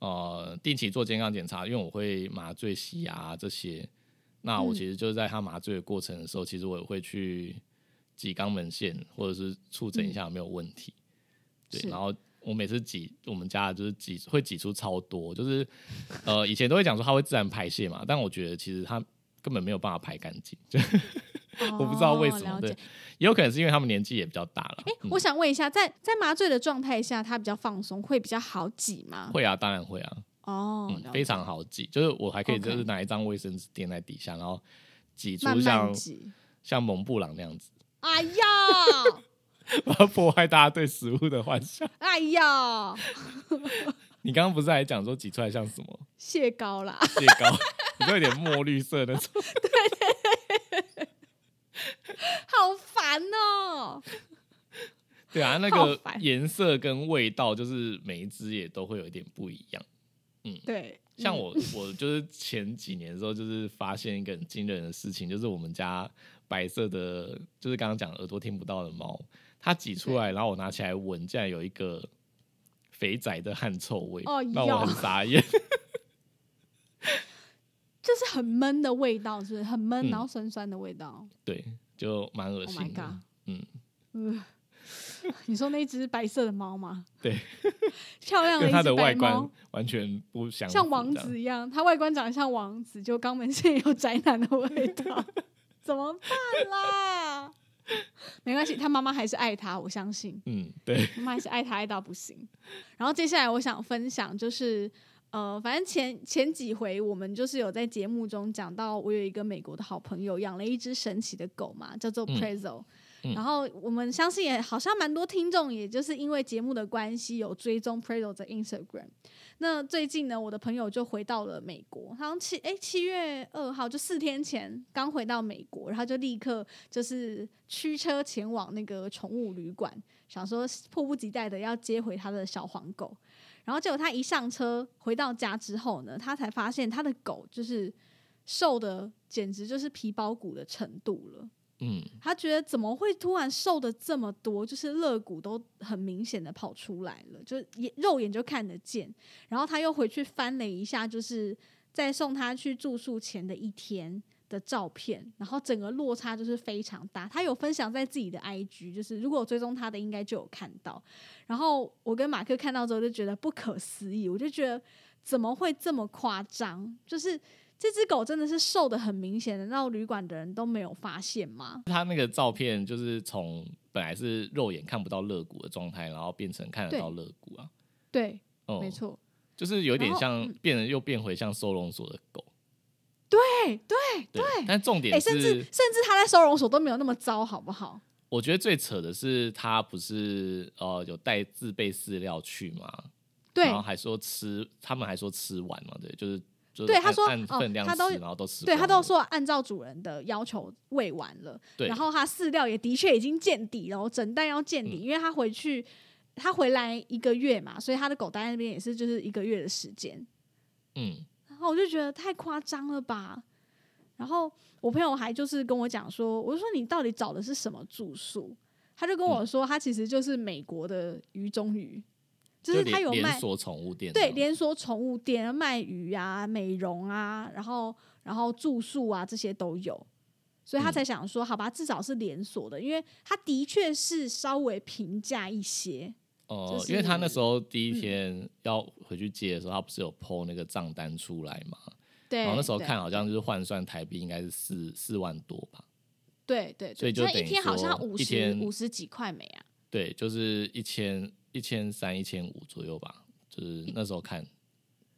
Speaker 3: 呃，定期做健康检查，因为我会麻醉、洗牙、啊这些。那
Speaker 1: 嗯
Speaker 3: 我其实就是在它麻醉的过程的时候，其实我也会去挤肛门腺，或者是触诊一下有没有问题。
Speaker 1: 嗯是
Speaker 3: 对，然后我每次挤我们家的就是挤会挤出超多，就是呃以前都会讲说它会自然排泄嘛，但我觉得其实它根本没有办法排干净，就我不知道为
Speaker 1: 哦
Speaker 3: 什么，
Speaker 1: 了
Speaker 3: 对
Speaker 1: 解，
Speaker 3: 也有可能是因为他们年纪也比较大了。嗯
Speaker 1: 哎、我想问一下，在在麻醉的状态下，它比较放松，会比较好挤吗？
Speaker 3: 会啊，当然会啊，
Speaker 1: 哦，
Speaker 3: 嗯
Speaker 1: 了解
Speaker 3: 非常好挤，就是我还可以
Speaker 1: OK
Speaker 3: 就是拿一张卫生纸垫在底下，然后挤出
Speaker 1: 慢
Speaker 3: 像
Speaker 1: 慢挤。
Speaker 3: 像蒙布朗那样子，
Speaker 1: 哎呀，
Speaker 3: 我要破坏大家对食物的幻想。
Speaker 1: 哎呀，
Speaker 3: 你刚刚不是还讲说挤出来像什么
Speaker 1: 蟹膏啦，
Speaker 3: 蟹膏， 你就有点墨绿色那种。
Speaker 1: 好烦哦、
Speaker 3: 对啊，那
Speaker 1: 好
Speaker 3: 个
Speaker 1: 烦
Speaker 3: 颜色跟味道，就是每一只也都会有一点不一样。
Speaker 1: 对，
Speaker 3: 像
Speaker 1: 嗯
Speaker 3: 我，我就是前几年的时候，就是发现一个很惊人的事情，就是我们家白色的，就是刚刚讲耳朵听不到的猫，它挤出来，然后我拿起来闻，竟然有一个肥仔的汗臭味，
Speaker 1: 哦
Speaker 3: 让我
Speaker 1: 哟
Speaker 3: 很傻眼。
Speaker 1: 就是很闷的味道，是不是很闷，
Speaker 3: 嗯
Speaker 1: 然后酸酸的味道。
Speaker 3: 对，就蛮恶
Speaker 1: Oh
Speaker 3: 心
Speaker 1: my
Speaker 3: 的。
Speaker 1: god！
Speaker 3: 嗯，
Speaker 1: 呃你说那只白色的猫吗？
Speaker 3: 对，
Speaker 1: 漂亮的
Speaker 3: 跟
Speaker 1: 一
Speaker 3: 它
Speaker 1: 只
Speaker 3: 的外
Speaker 1: 白
Speaker 3: 观
Speaker 1: 猫，
Speaker 3: 完全不相符
Speaker 1: 像王
Speaker 3: 这样
Speaker 1: 子一样，它外观长得像王子，就肛门腺有宅男的味道， 怎么办啦？没关系，他妈妈还是爱他，我相信。
Speaker 3: 嗯，对，
Speaker 1: 妈妈还是爱他爱到不行。然后接下来我想分享就是，呃，反正前前几回我们就是有在节目中讲到，我有一个美国的好朋友养了一只神奇的狗嘛，叫做
Speaker 3: 嗯
Speaker 1: Prezo、
Speaker 3: 嗯
Speaker 1: 然后我们相信也好像蛮多听众，也就是因为节目的关系有追踪 Prezo 的 Instagram。那最近呢，我的朋友就回到了美国，好像七哎七月二号就四天前刚回到美国，然后就立刻就是驱车前往那个宠物旅馆，想说迫不及待的要接回他的小黄狗。然后结果他一上车回到家之后呢，他才发现他的狗就是瘦的简直就是皮包骨的程度了。
Speaker 3: 嗯，
Speaker 1: 他觉得怎么会突然瘦的这么多，就是肋骨都很明显的跑出来了，就是眼肉眼就看得见。然后他又回去翻了一下，就是在送他去住宿前的一天的照片，然后整个落差就是非常大。他有分享在自己的 IG，就是如果有追踪他的，应该就有看到。然后我跟马克看到之后就觉得不可思议，我就觉得怎么会这么夸张？就是这只狗真的是瘦的很明显，难道旅馆的人都没有发现吗？
Speaker 3: 他那个照片就是从本来是肉眼看不到肋骨的状态，然后变成看得到肋骨啊，
Speaker 1: 对，
Speaker 3: 哦、
Speaker 1: 没，错，
Speaker 3: 就是有点
Speaker 1: 然后嗯
Speaker 3: 像变得又变回像收容所的狗，
Speaker 1: 对哎对，
Speaker 3: 对，但重
Speaker 1: 哎、
Speaker 3: 点
Speaker 1: 甚至
Speaker 3: 是，
Speaker 1: 甚至他在收容所都没有那么糟，好不好？
Speaker 3: 我觉得最扯的是他不是呃有带自备饲料去嘛，
Speaker 1: 对
Speaker 3: 然后还说吃，他们还说吃完嘛，对，就是就是
Speaker 1: 对他
Speaker 3: 按
Speaker 1: 说
Speaker 3: 按
Speaker 1: 哦
Speaker 3: 分量
Speaker 1: 他
Speaker 3: 吃，
Speaker 1: 都
Speaker 3: 然后都吃光
Speaker 1: 对，
Speaker 3: 了，
Speaker 1: 他都说按照主人的要求喂完了，
Speaker 3: 啊对，
Speaker 1: 然后他饲料也的确已经见底了，哦整蛋要见底，
Speaker 3: 嗯
Speaker 1: 因为他回去。他回来一个月嘛，所以他的狗待在那边也是就是一个月的时间，
Speaker 3: 嗯
Speaker 1: 然后我就觉得太夸张了吧。然后我朋友还就是跟我讲说，我就说你到底找的是什么住宿？他就跟
Speaker 3: 嗯
Speaker 1: 我说，他其实就是美国的鱼中鱼，就是
Speaker 3: 连
Speaker 1: 他有卖
Speaker 3: 连锁宠物店，
Speaker 1: 对，连锁宠物店卖鱼啊、美容啊，然后然后住宿啊这些都有，所以他
Speaker 3: 嗯
Speaker 1: 才想说，好吧，至少是连锁的，因为他的确是稍微平价一些。
Speaker 3: 哦、
Speaker 1: 就是嗯
Speaker 3: 因为他那时候第一天要回去借的时候，他不是有 PO 那个账单出来嘛，
Speaker 1: 对，
Speaker 3: 然哦后那时候
Speaker 1: 对
Speaker 3: 看，好像就是换算台币应该是四四万多吧，
Speaker 1: 对对对，
Speaker 3: 所以就
Speaker 1: 他一
Speaker 3: 等于
Speaker 1: 天好
Speaker 3: 说
Speaker 1: 像五十
Speaker 3: 一天
Speaker 1: 五十几块美啊，
Speaker 3: 对，就是一千一千三一千五左右吧，就是那时候看，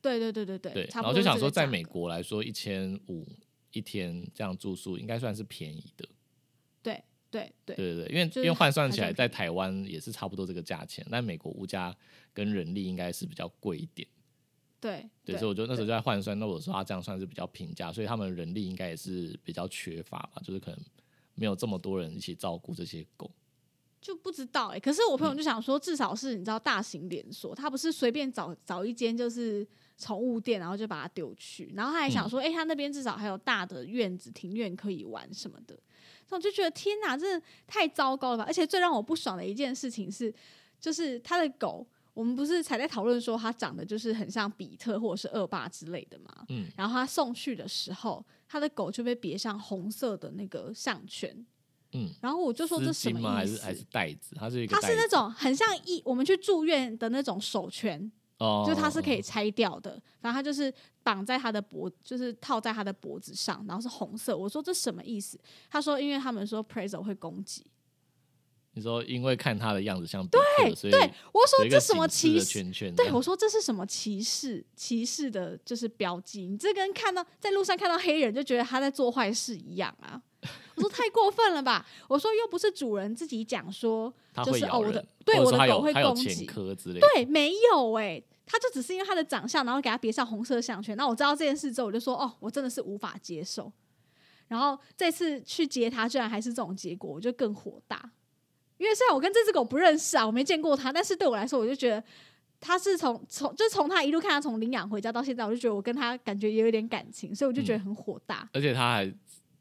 Speaker 1: 对对对对对，
Speaker 3: 对，
Speaker 1: 嗯差
Speaker 3: 然
Speaker 1: 不
Speaker 3: 后
Speaker 1: 多
Speaker 3: 就是想
Speaker 1: 这
Speaker 3: 说，
Speaker 1: 个
Speaker 3: 在
Speaker 1: 价
Speaker 3: 美
Speaker 1: 格
Speaker 3: 国来说，一千五一天这样住宿应该算是便宜的，
Speaker 1: 对对对
Speaker 3: 对对对，因为
Speaker 1: 就是
Speaker 3: 因为换算起
Speaker 1: 还
Speaker 3: 来，
Speaker 1: 算
Speaker 3: 在台湾也是差不多这个价钱，但美国物价跟人力应该是比较贵一点，
Speaker 1: 对
Speaker 3: 对，所以我就那时候就在换算，那我说他这样算是比较平价，所以他们人力应该也是比较缺乏吧，就是可能没有这么多人一起照顾这些狗，
Speaker 1: 就不知道哎、可是我
Speaker 3: 嗯
Speaker 1: 朋友就想说，至少是你知道大型连锁，他不是随便找找一间就是宠物店，然后就把它丢去，然后他还
Speaker 3: 嗯
Speaker 1: 想说，哎、他那边至少还有大的院子、庭院可以玩什么的。那我就觉得天哪，真的太糟糕了吧！而且最让我不爽的一件事情是，就是他的狗，我们不是才在讨论说它长得就是很像比特或者是恶霸之类的嘛。
Speaker 3: 嗯，
Speaker 1: 然后他送去的时候，他的狗就被别上红色的那个项圈。
Speaker 3: 嗯，
Speaker 1: 然后我就说这
Speaker 3: 丝
Speaker 1: 什么
Speaker 3: 巾
Speaker 1: 意思？
Speaker 3: 吗？还是还是袋子？它是一个
Speaker 1: 它
Speaker 3: 袋子，
Speaker 1: 是那种很像一我们去住院的那种手圈，
Speaker 3: 哦，
Speaker 1: 就是它是可以拆掉的，然后它就是绑在它的脖，就是套在它的脖子上，然后是红色。我说这什么意思？他说因为他们说 p r a z o 会攻击。
Speaker 3: 你说因为看它的样子像比克，哦所以
Speaker 1: 对，我
Speaker 3: 有
Speaker 1: 说
Speaker 3: 一
Speaker 1: 这
Speaker 3: 个
Speaker 1: 什么
Speaker 3: 警
Speaker 1: 歧
Speaker 3: 示的啊
Speaker 1: 视？
Speaker 3: 圈圈这
Speaker 1: 对，
Speaker 3: 样，
Speaker 1: 我说这是什么歧视？歧视的就是标记，你这跟看到在路上看到黑人就觉得他在做坏事一样啊！我说太过分了吧！我说又不是主人自己讲说，
Speaker 3: 它
Speaker 1: 就
Speaker 3: 会
Speaker 1: 是哦
Speaker 3: 咬
Speaker 1: 我的
Speaker 3: 人，
Speaker 1: 对
Speaker 3: 或者
Speaker 1: 我
Speaker 3: 说
Speaker 1: 的
Speaker 3: 它
Speaker 1: 狗
Speaker 3: 有
Speaker 1: 会
Speaker 3: 它有
Speaker 1: 攻
Speaker 3: 前
Speaker 1: 击
Speaker 3: 科之类的，
Speaker 1: 对，没有哎、他就只是因为他的长相，然后给他别上红色项圈。那我知道这件事之后，我就说哦，我真的是无法接受。然后这次去接他，居然还是这种结果，我就更火大。因为虽然我跟这只狗不认识啊，我没见过它，但是对我来说，我就觉得它是从从就从它一路看它从领养回家到现在，我就觉得我跟它感觉也有点感情，所以我就觉得很火大。
Speaker 3: 而且它还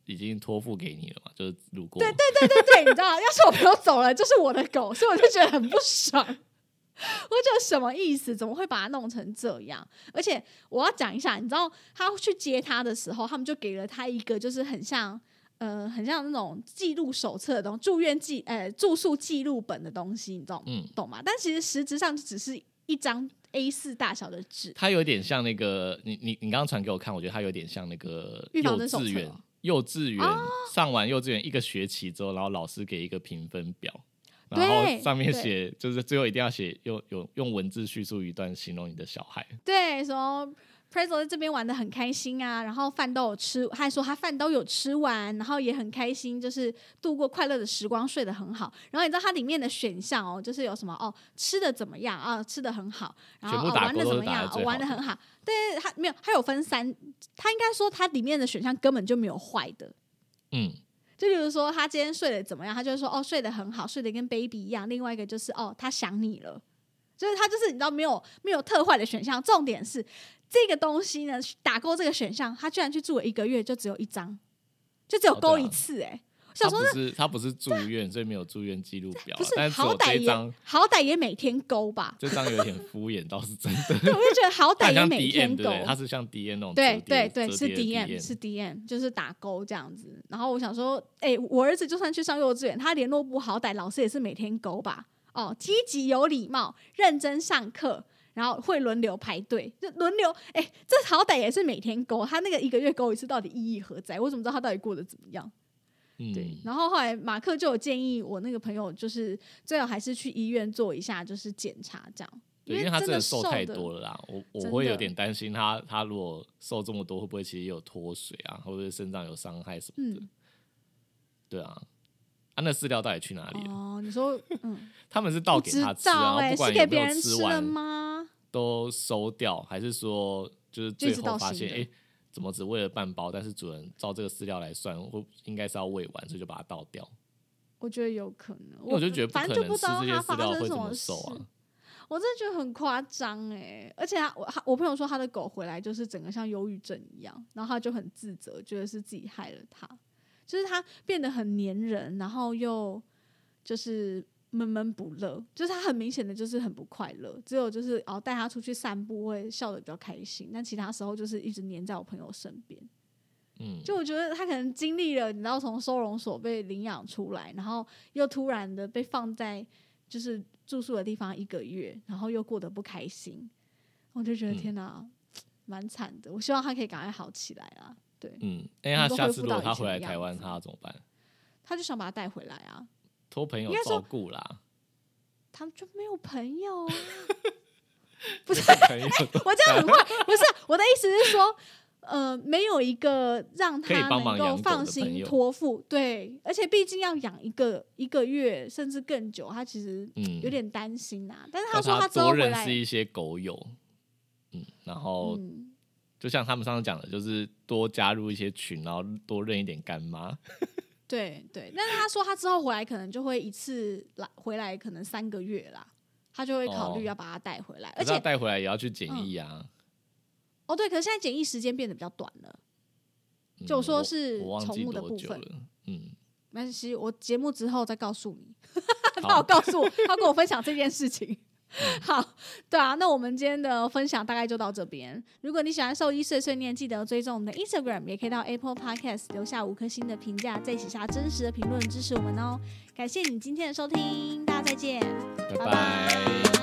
Speaker 3: 已经托付给你了嘛，就是如果对对
Speaker 1: 对，你知道，要是我朋友走了，就是我的狗，所以我就觉得很不爽。我觉得什么意思？怎么会把它弄成这样？而且我要讲一下，你知道他去接他的时候，他们就给了他一个就是很像呃很像那种记录手册的东住院记呃住宿记录本的东西，你懂、
Speaker 3: 嗯
Speaker 1: 懂吗？但其实实质上就只是一张 A 四大小的纸，
Speaker 3: 它有点像那个，你你你刚刚传给我看，我觉得它有点像那个
Speaker 1: 预
Speaker 3: 幼
Speaker 1: 防针手
Speaker 3: 稚
Speaker 1: 册
Speaker 3: 园
Speaker 1: 哦，
Speaker 3: 幼稚园、上完幼稚园一个学期之后，然后老师给一个评分表，然后
Speaker 1: 对
Speaker 3: 上面
Speaker 1: 对
Speaker 3: 写就是最后一定要写用用用文字叙述一段形容你的小孩，
Speaker 1: 对，说 Prezel 在这边玩的很开心啊，然后饭都有吃，他还说他饭都有吃完，然后也很开心，就是度过快乐的时光，睡得很好。然后你知道它里面的选项哦，就是有什么哦，吃的怎么样啊，吃的很好，然
Speaker 3: 全
Speaker 1: 后、
Speaker 3: 部
Speaker 1: 哦、
Speaker 3: 打
Speaker 1: 玩的
Speaker 3: 勾
Speaker 1: 怎么
Speaker 3: 都是打
Speaker 1: 样，
Speaker 3: 得
Speaker 1: 哦
Speaker 3: 最
Speaker 1: 玩
Speaker 3: 好
Speaker 1: 的
Speaker 3: 的
Speaker 1: 很好。但是它没有，它有分三，它应该说它里面的选项根本就没有坏的。
Speaker 3: 嗯，
Speaker 1: 就比如说，他今天睡得怎么样？他就会说哦，睡得很好，睡得跟 baby 一样。另外一个就是哦，他想你了，就是他就是你知道没有没有特坏的选项。重点是这个东西呢，打勾这个选项，他居然去住了一个月，就只有一张，就只有
Speaker 3: 哦对啊
Speaker 1: 勾一次、欸。哎、想
Speaker 3: 他
Speaker 1: 说
Speaker 3: 不是他不是住院，所以没有住院记录表
Speaker 1: 不
Speaker 3: 啊，
Speaker 1: 是
Speaker 3: 但只
Speaker 1: 好
Speaker 3: 有这
Speaker 1: 歹
Speaker 3: 一张？
Speaker 1: 也好歹也每天勾吧
Speaker 3: 这张有点敷衍，倒是真
Speaker 1: 对，
Speaker 3: 的。
Speaker 1: 我就觉得好歹
Speaker 3: 它很
Speaker 1: 也
Speaker 3: 像
Speaker 1: 每
Speaker 3: DM 对
Speaker 1: 天
Speaker 3: 不
Speaker 1: 勾。
Speaker 3: 对？它是像 DM 那种
Speaker 1: 对
Speaker 3: 哦折
Speaker 1: 对
Speaker 3: 叠
Speaker 1: 对，
Speaker 3: 折
Speaker 1: 是
Speaker 3: 叠的
Speaker 1: DM 是 DM，就是打勾这样子。然后我想说，哎、我儿子就算去上幼稚园，他联络部好歹老师也是每天勾吧。哦，积极有礼貌，认真上课，然后会轮流排队，就轮流。哎、这好歹也是每天勾，他那个一个月勾一次，到底意义何在？我怎么知道他到底过得怎么样？对
Speaker 3: 嗯，，
Speaker 1: 然后后来马克就有建议我那个朋友，就是最好还是去医院做一下，就是检查这样，
Speaker 3: 对，因
Speaker 1: 为
Speaker 3: 为他
Speaker 1: 真
Speaker 3: 真的
Speaker 1: 瘦
Speaker 3: 瘦太
Speaker 1: 的
Speaker 3: 多了啦，我我
Speaker 1: 真
Speaker 3: 会有
Speaker 1: 的
Speaker 3: 点担心他，他如果瘦这么多，会不会其实也有脱水啊，会不会身上有伤害什么的？
Speaker 1: 嗯
Speaker 3: 对啊，啊，那饲料到底去哪里了？
Speaker 1: 哦，你说，嗯，
Speaker 3: 他们是倒
Speaker 1: 不
Speaker 3: 给
Speaker 1: 知
Speaker 3: 他吃啊，
Speaker 1: 道
Speaker 3: 然后
Speaker 1: 哎、是
Speaker 3: 不管
Speaker 1: 给
Speaker 3: 有没
Speaker 1: 别
Speaker 3: 有
Speaker 1: 人
Speaker 3: 吃
Speaker 1: 了
Speaker 3: 完
Speaker 1: 吗？
Speaker 3: 都收掉，还是说就是
Speaker 1: 就一
Speaker 3: 最
Speaker 1: 直
Speaker 3: 后
Speaker 1: 到
Speaker 3: 发
Speaker 1: 新
Speaker 3: 现，
Speaker 1: 的
Speaker 3: 哎、怎么只喂了半包？但是主人照这个饲料来算，会应该是要喂完，所以就把它倒掉。
Speaker 1: 我觉得有可能，
Speaker 3: 因为我就
Speaker 1: 不
Speaker 3: 觉得不
Speaker 1: 反
Speaker 3: 可
Speaker 1: 正就
Speaker 3: 能
Speaker 1: 不
Speaker 3: 吃
Speaker 1: 知道
Speaker 3: 这些
Speaker 1: 他
Speaker 3: 饲
Speaker 1: 发
Speaker 3: 料
Speaker 1: 生
Speaker 3: 会
Speaker 1: 什
Speaker 3: 这
Speaker 1: 么
Speaker 3: 么
Speaker 1: 事
Speaker 3: 瘦，啊。
Speaker 1: 我真的觉得很夸张哎。而且他我他我朋友说他的狗回来就是整个像忧郁症一样，然后他就很自责，觉得是自己害了他，就是他变得很粘人，然后又就是。闷闷不乐，就是他很明显的就是很不快乐，只有就是哦带他出去散步会笑得比较开心，但其他时候就是一直黏在我朋友身边。
Speaker 3: 嗯，
Speaker 1: 就我觉得他可能经历了，你知道从收容所被领养出来，然后又突然的被放在就是住宿的地方一个月，然后又过得不开心，我就觉得
Speaker 3: 嗯
Speaker 1: 天哪，蛮惨的。我希望他可以赶快好起来啦。对，
Speaker 3: 嗯，哎、他
Speaker 1: 都
Speaker 3: 下
Speaker 1: 恢
Speaker 3: 次
Speaker 1: 复
Speaker 3: 如果
Speaker 1: 到以
Speaker 3: 他
Speaker 1: 前的
Speaker 3: 回来台
Speaker 1: 样
Speaker 3: 湾，
Speaker 1: 子
Speaker 3: 他要怎么办？
Speaker 1: 他就想把他带回来啊，
Speaker 3: 托朋友
Speaker 1: 应该说
Speaker 3: 照顾啦，
Speaker 1: 他就没有朋友 啊。不是，
Speaker 3: 朋友
Speaker 1: 我这样很坏，不是我的意思是说，呃，没有一个让
Speaker 3: 可以
Speaker 1: 他
Speaker 3: 帮忙
Speaker 1: 能
Speaker 3: 养
Speaker 1: 够
Speaker 3: 狗的
Speaker 1: 放
Speaker 3: 朋
Speaker 1: 心
Speaker 3: 友
Speaker 1: 托付，对，而且毕竟要养一个一个月甚至更久，他其实
Speaker 3: 嗯
Speaker 1: 有点担心呐、但是
Speaker 3: 让
Speaker 1: 说
Speaker 3: 他
Speaker 1: 之后
Speaker 3: 多
Speaker 1: 回
Speaker 3: 认
Speaker 1: 来
Speaker 3: 识，一些狗友，嗯，然后
Speaker 1: 嗯，
Speaker 3: 就像他们上次讲的，就是多加入一些群，然后多认一点干妈。
Speaker 1: 对对。但是他说他之后回来可能就会一次来回来，可能三个月啦，他就会考虑
Speaker 3: 哦
Speaker 1: 要把它带回来。
Speaker 3: 可
Speaker 1: 而
Speaker 3: 是他
Speaker 1: 且嗯
Speaker 3: 带回来也要去检疫啊。
Speaker 1: 哦对，可是现在检疫时间变得比较短了，
Speaker 3: 嗯
Speaker 1: 就说是
Speaker 3: 我我忘记
Speaker 1: 宠物的
Speaker 3: 多
Speaker 1: 部
Speaker 3: 久
Speaker 1: 分
Speaker 3: 了， 嗯，
Speaker 1: 没关系，我节目之后再告诉你。 他有
Speaker 3: 好，
Speaker 1: 告诉我，他跟我分享这件事情。好，对啊，那我们今天的分享大概就到这边。如果你喜欢兽医碎碎念，记得追踪我们的 Instagram，也可以到 Apple Podcast 留下五颗星的评价，再写下真实的评论支持我们哦。感谢你今天的收听，大家再见，
Speaker 3: 拜
Speaker 1: 拜
Speaker 3: 拜。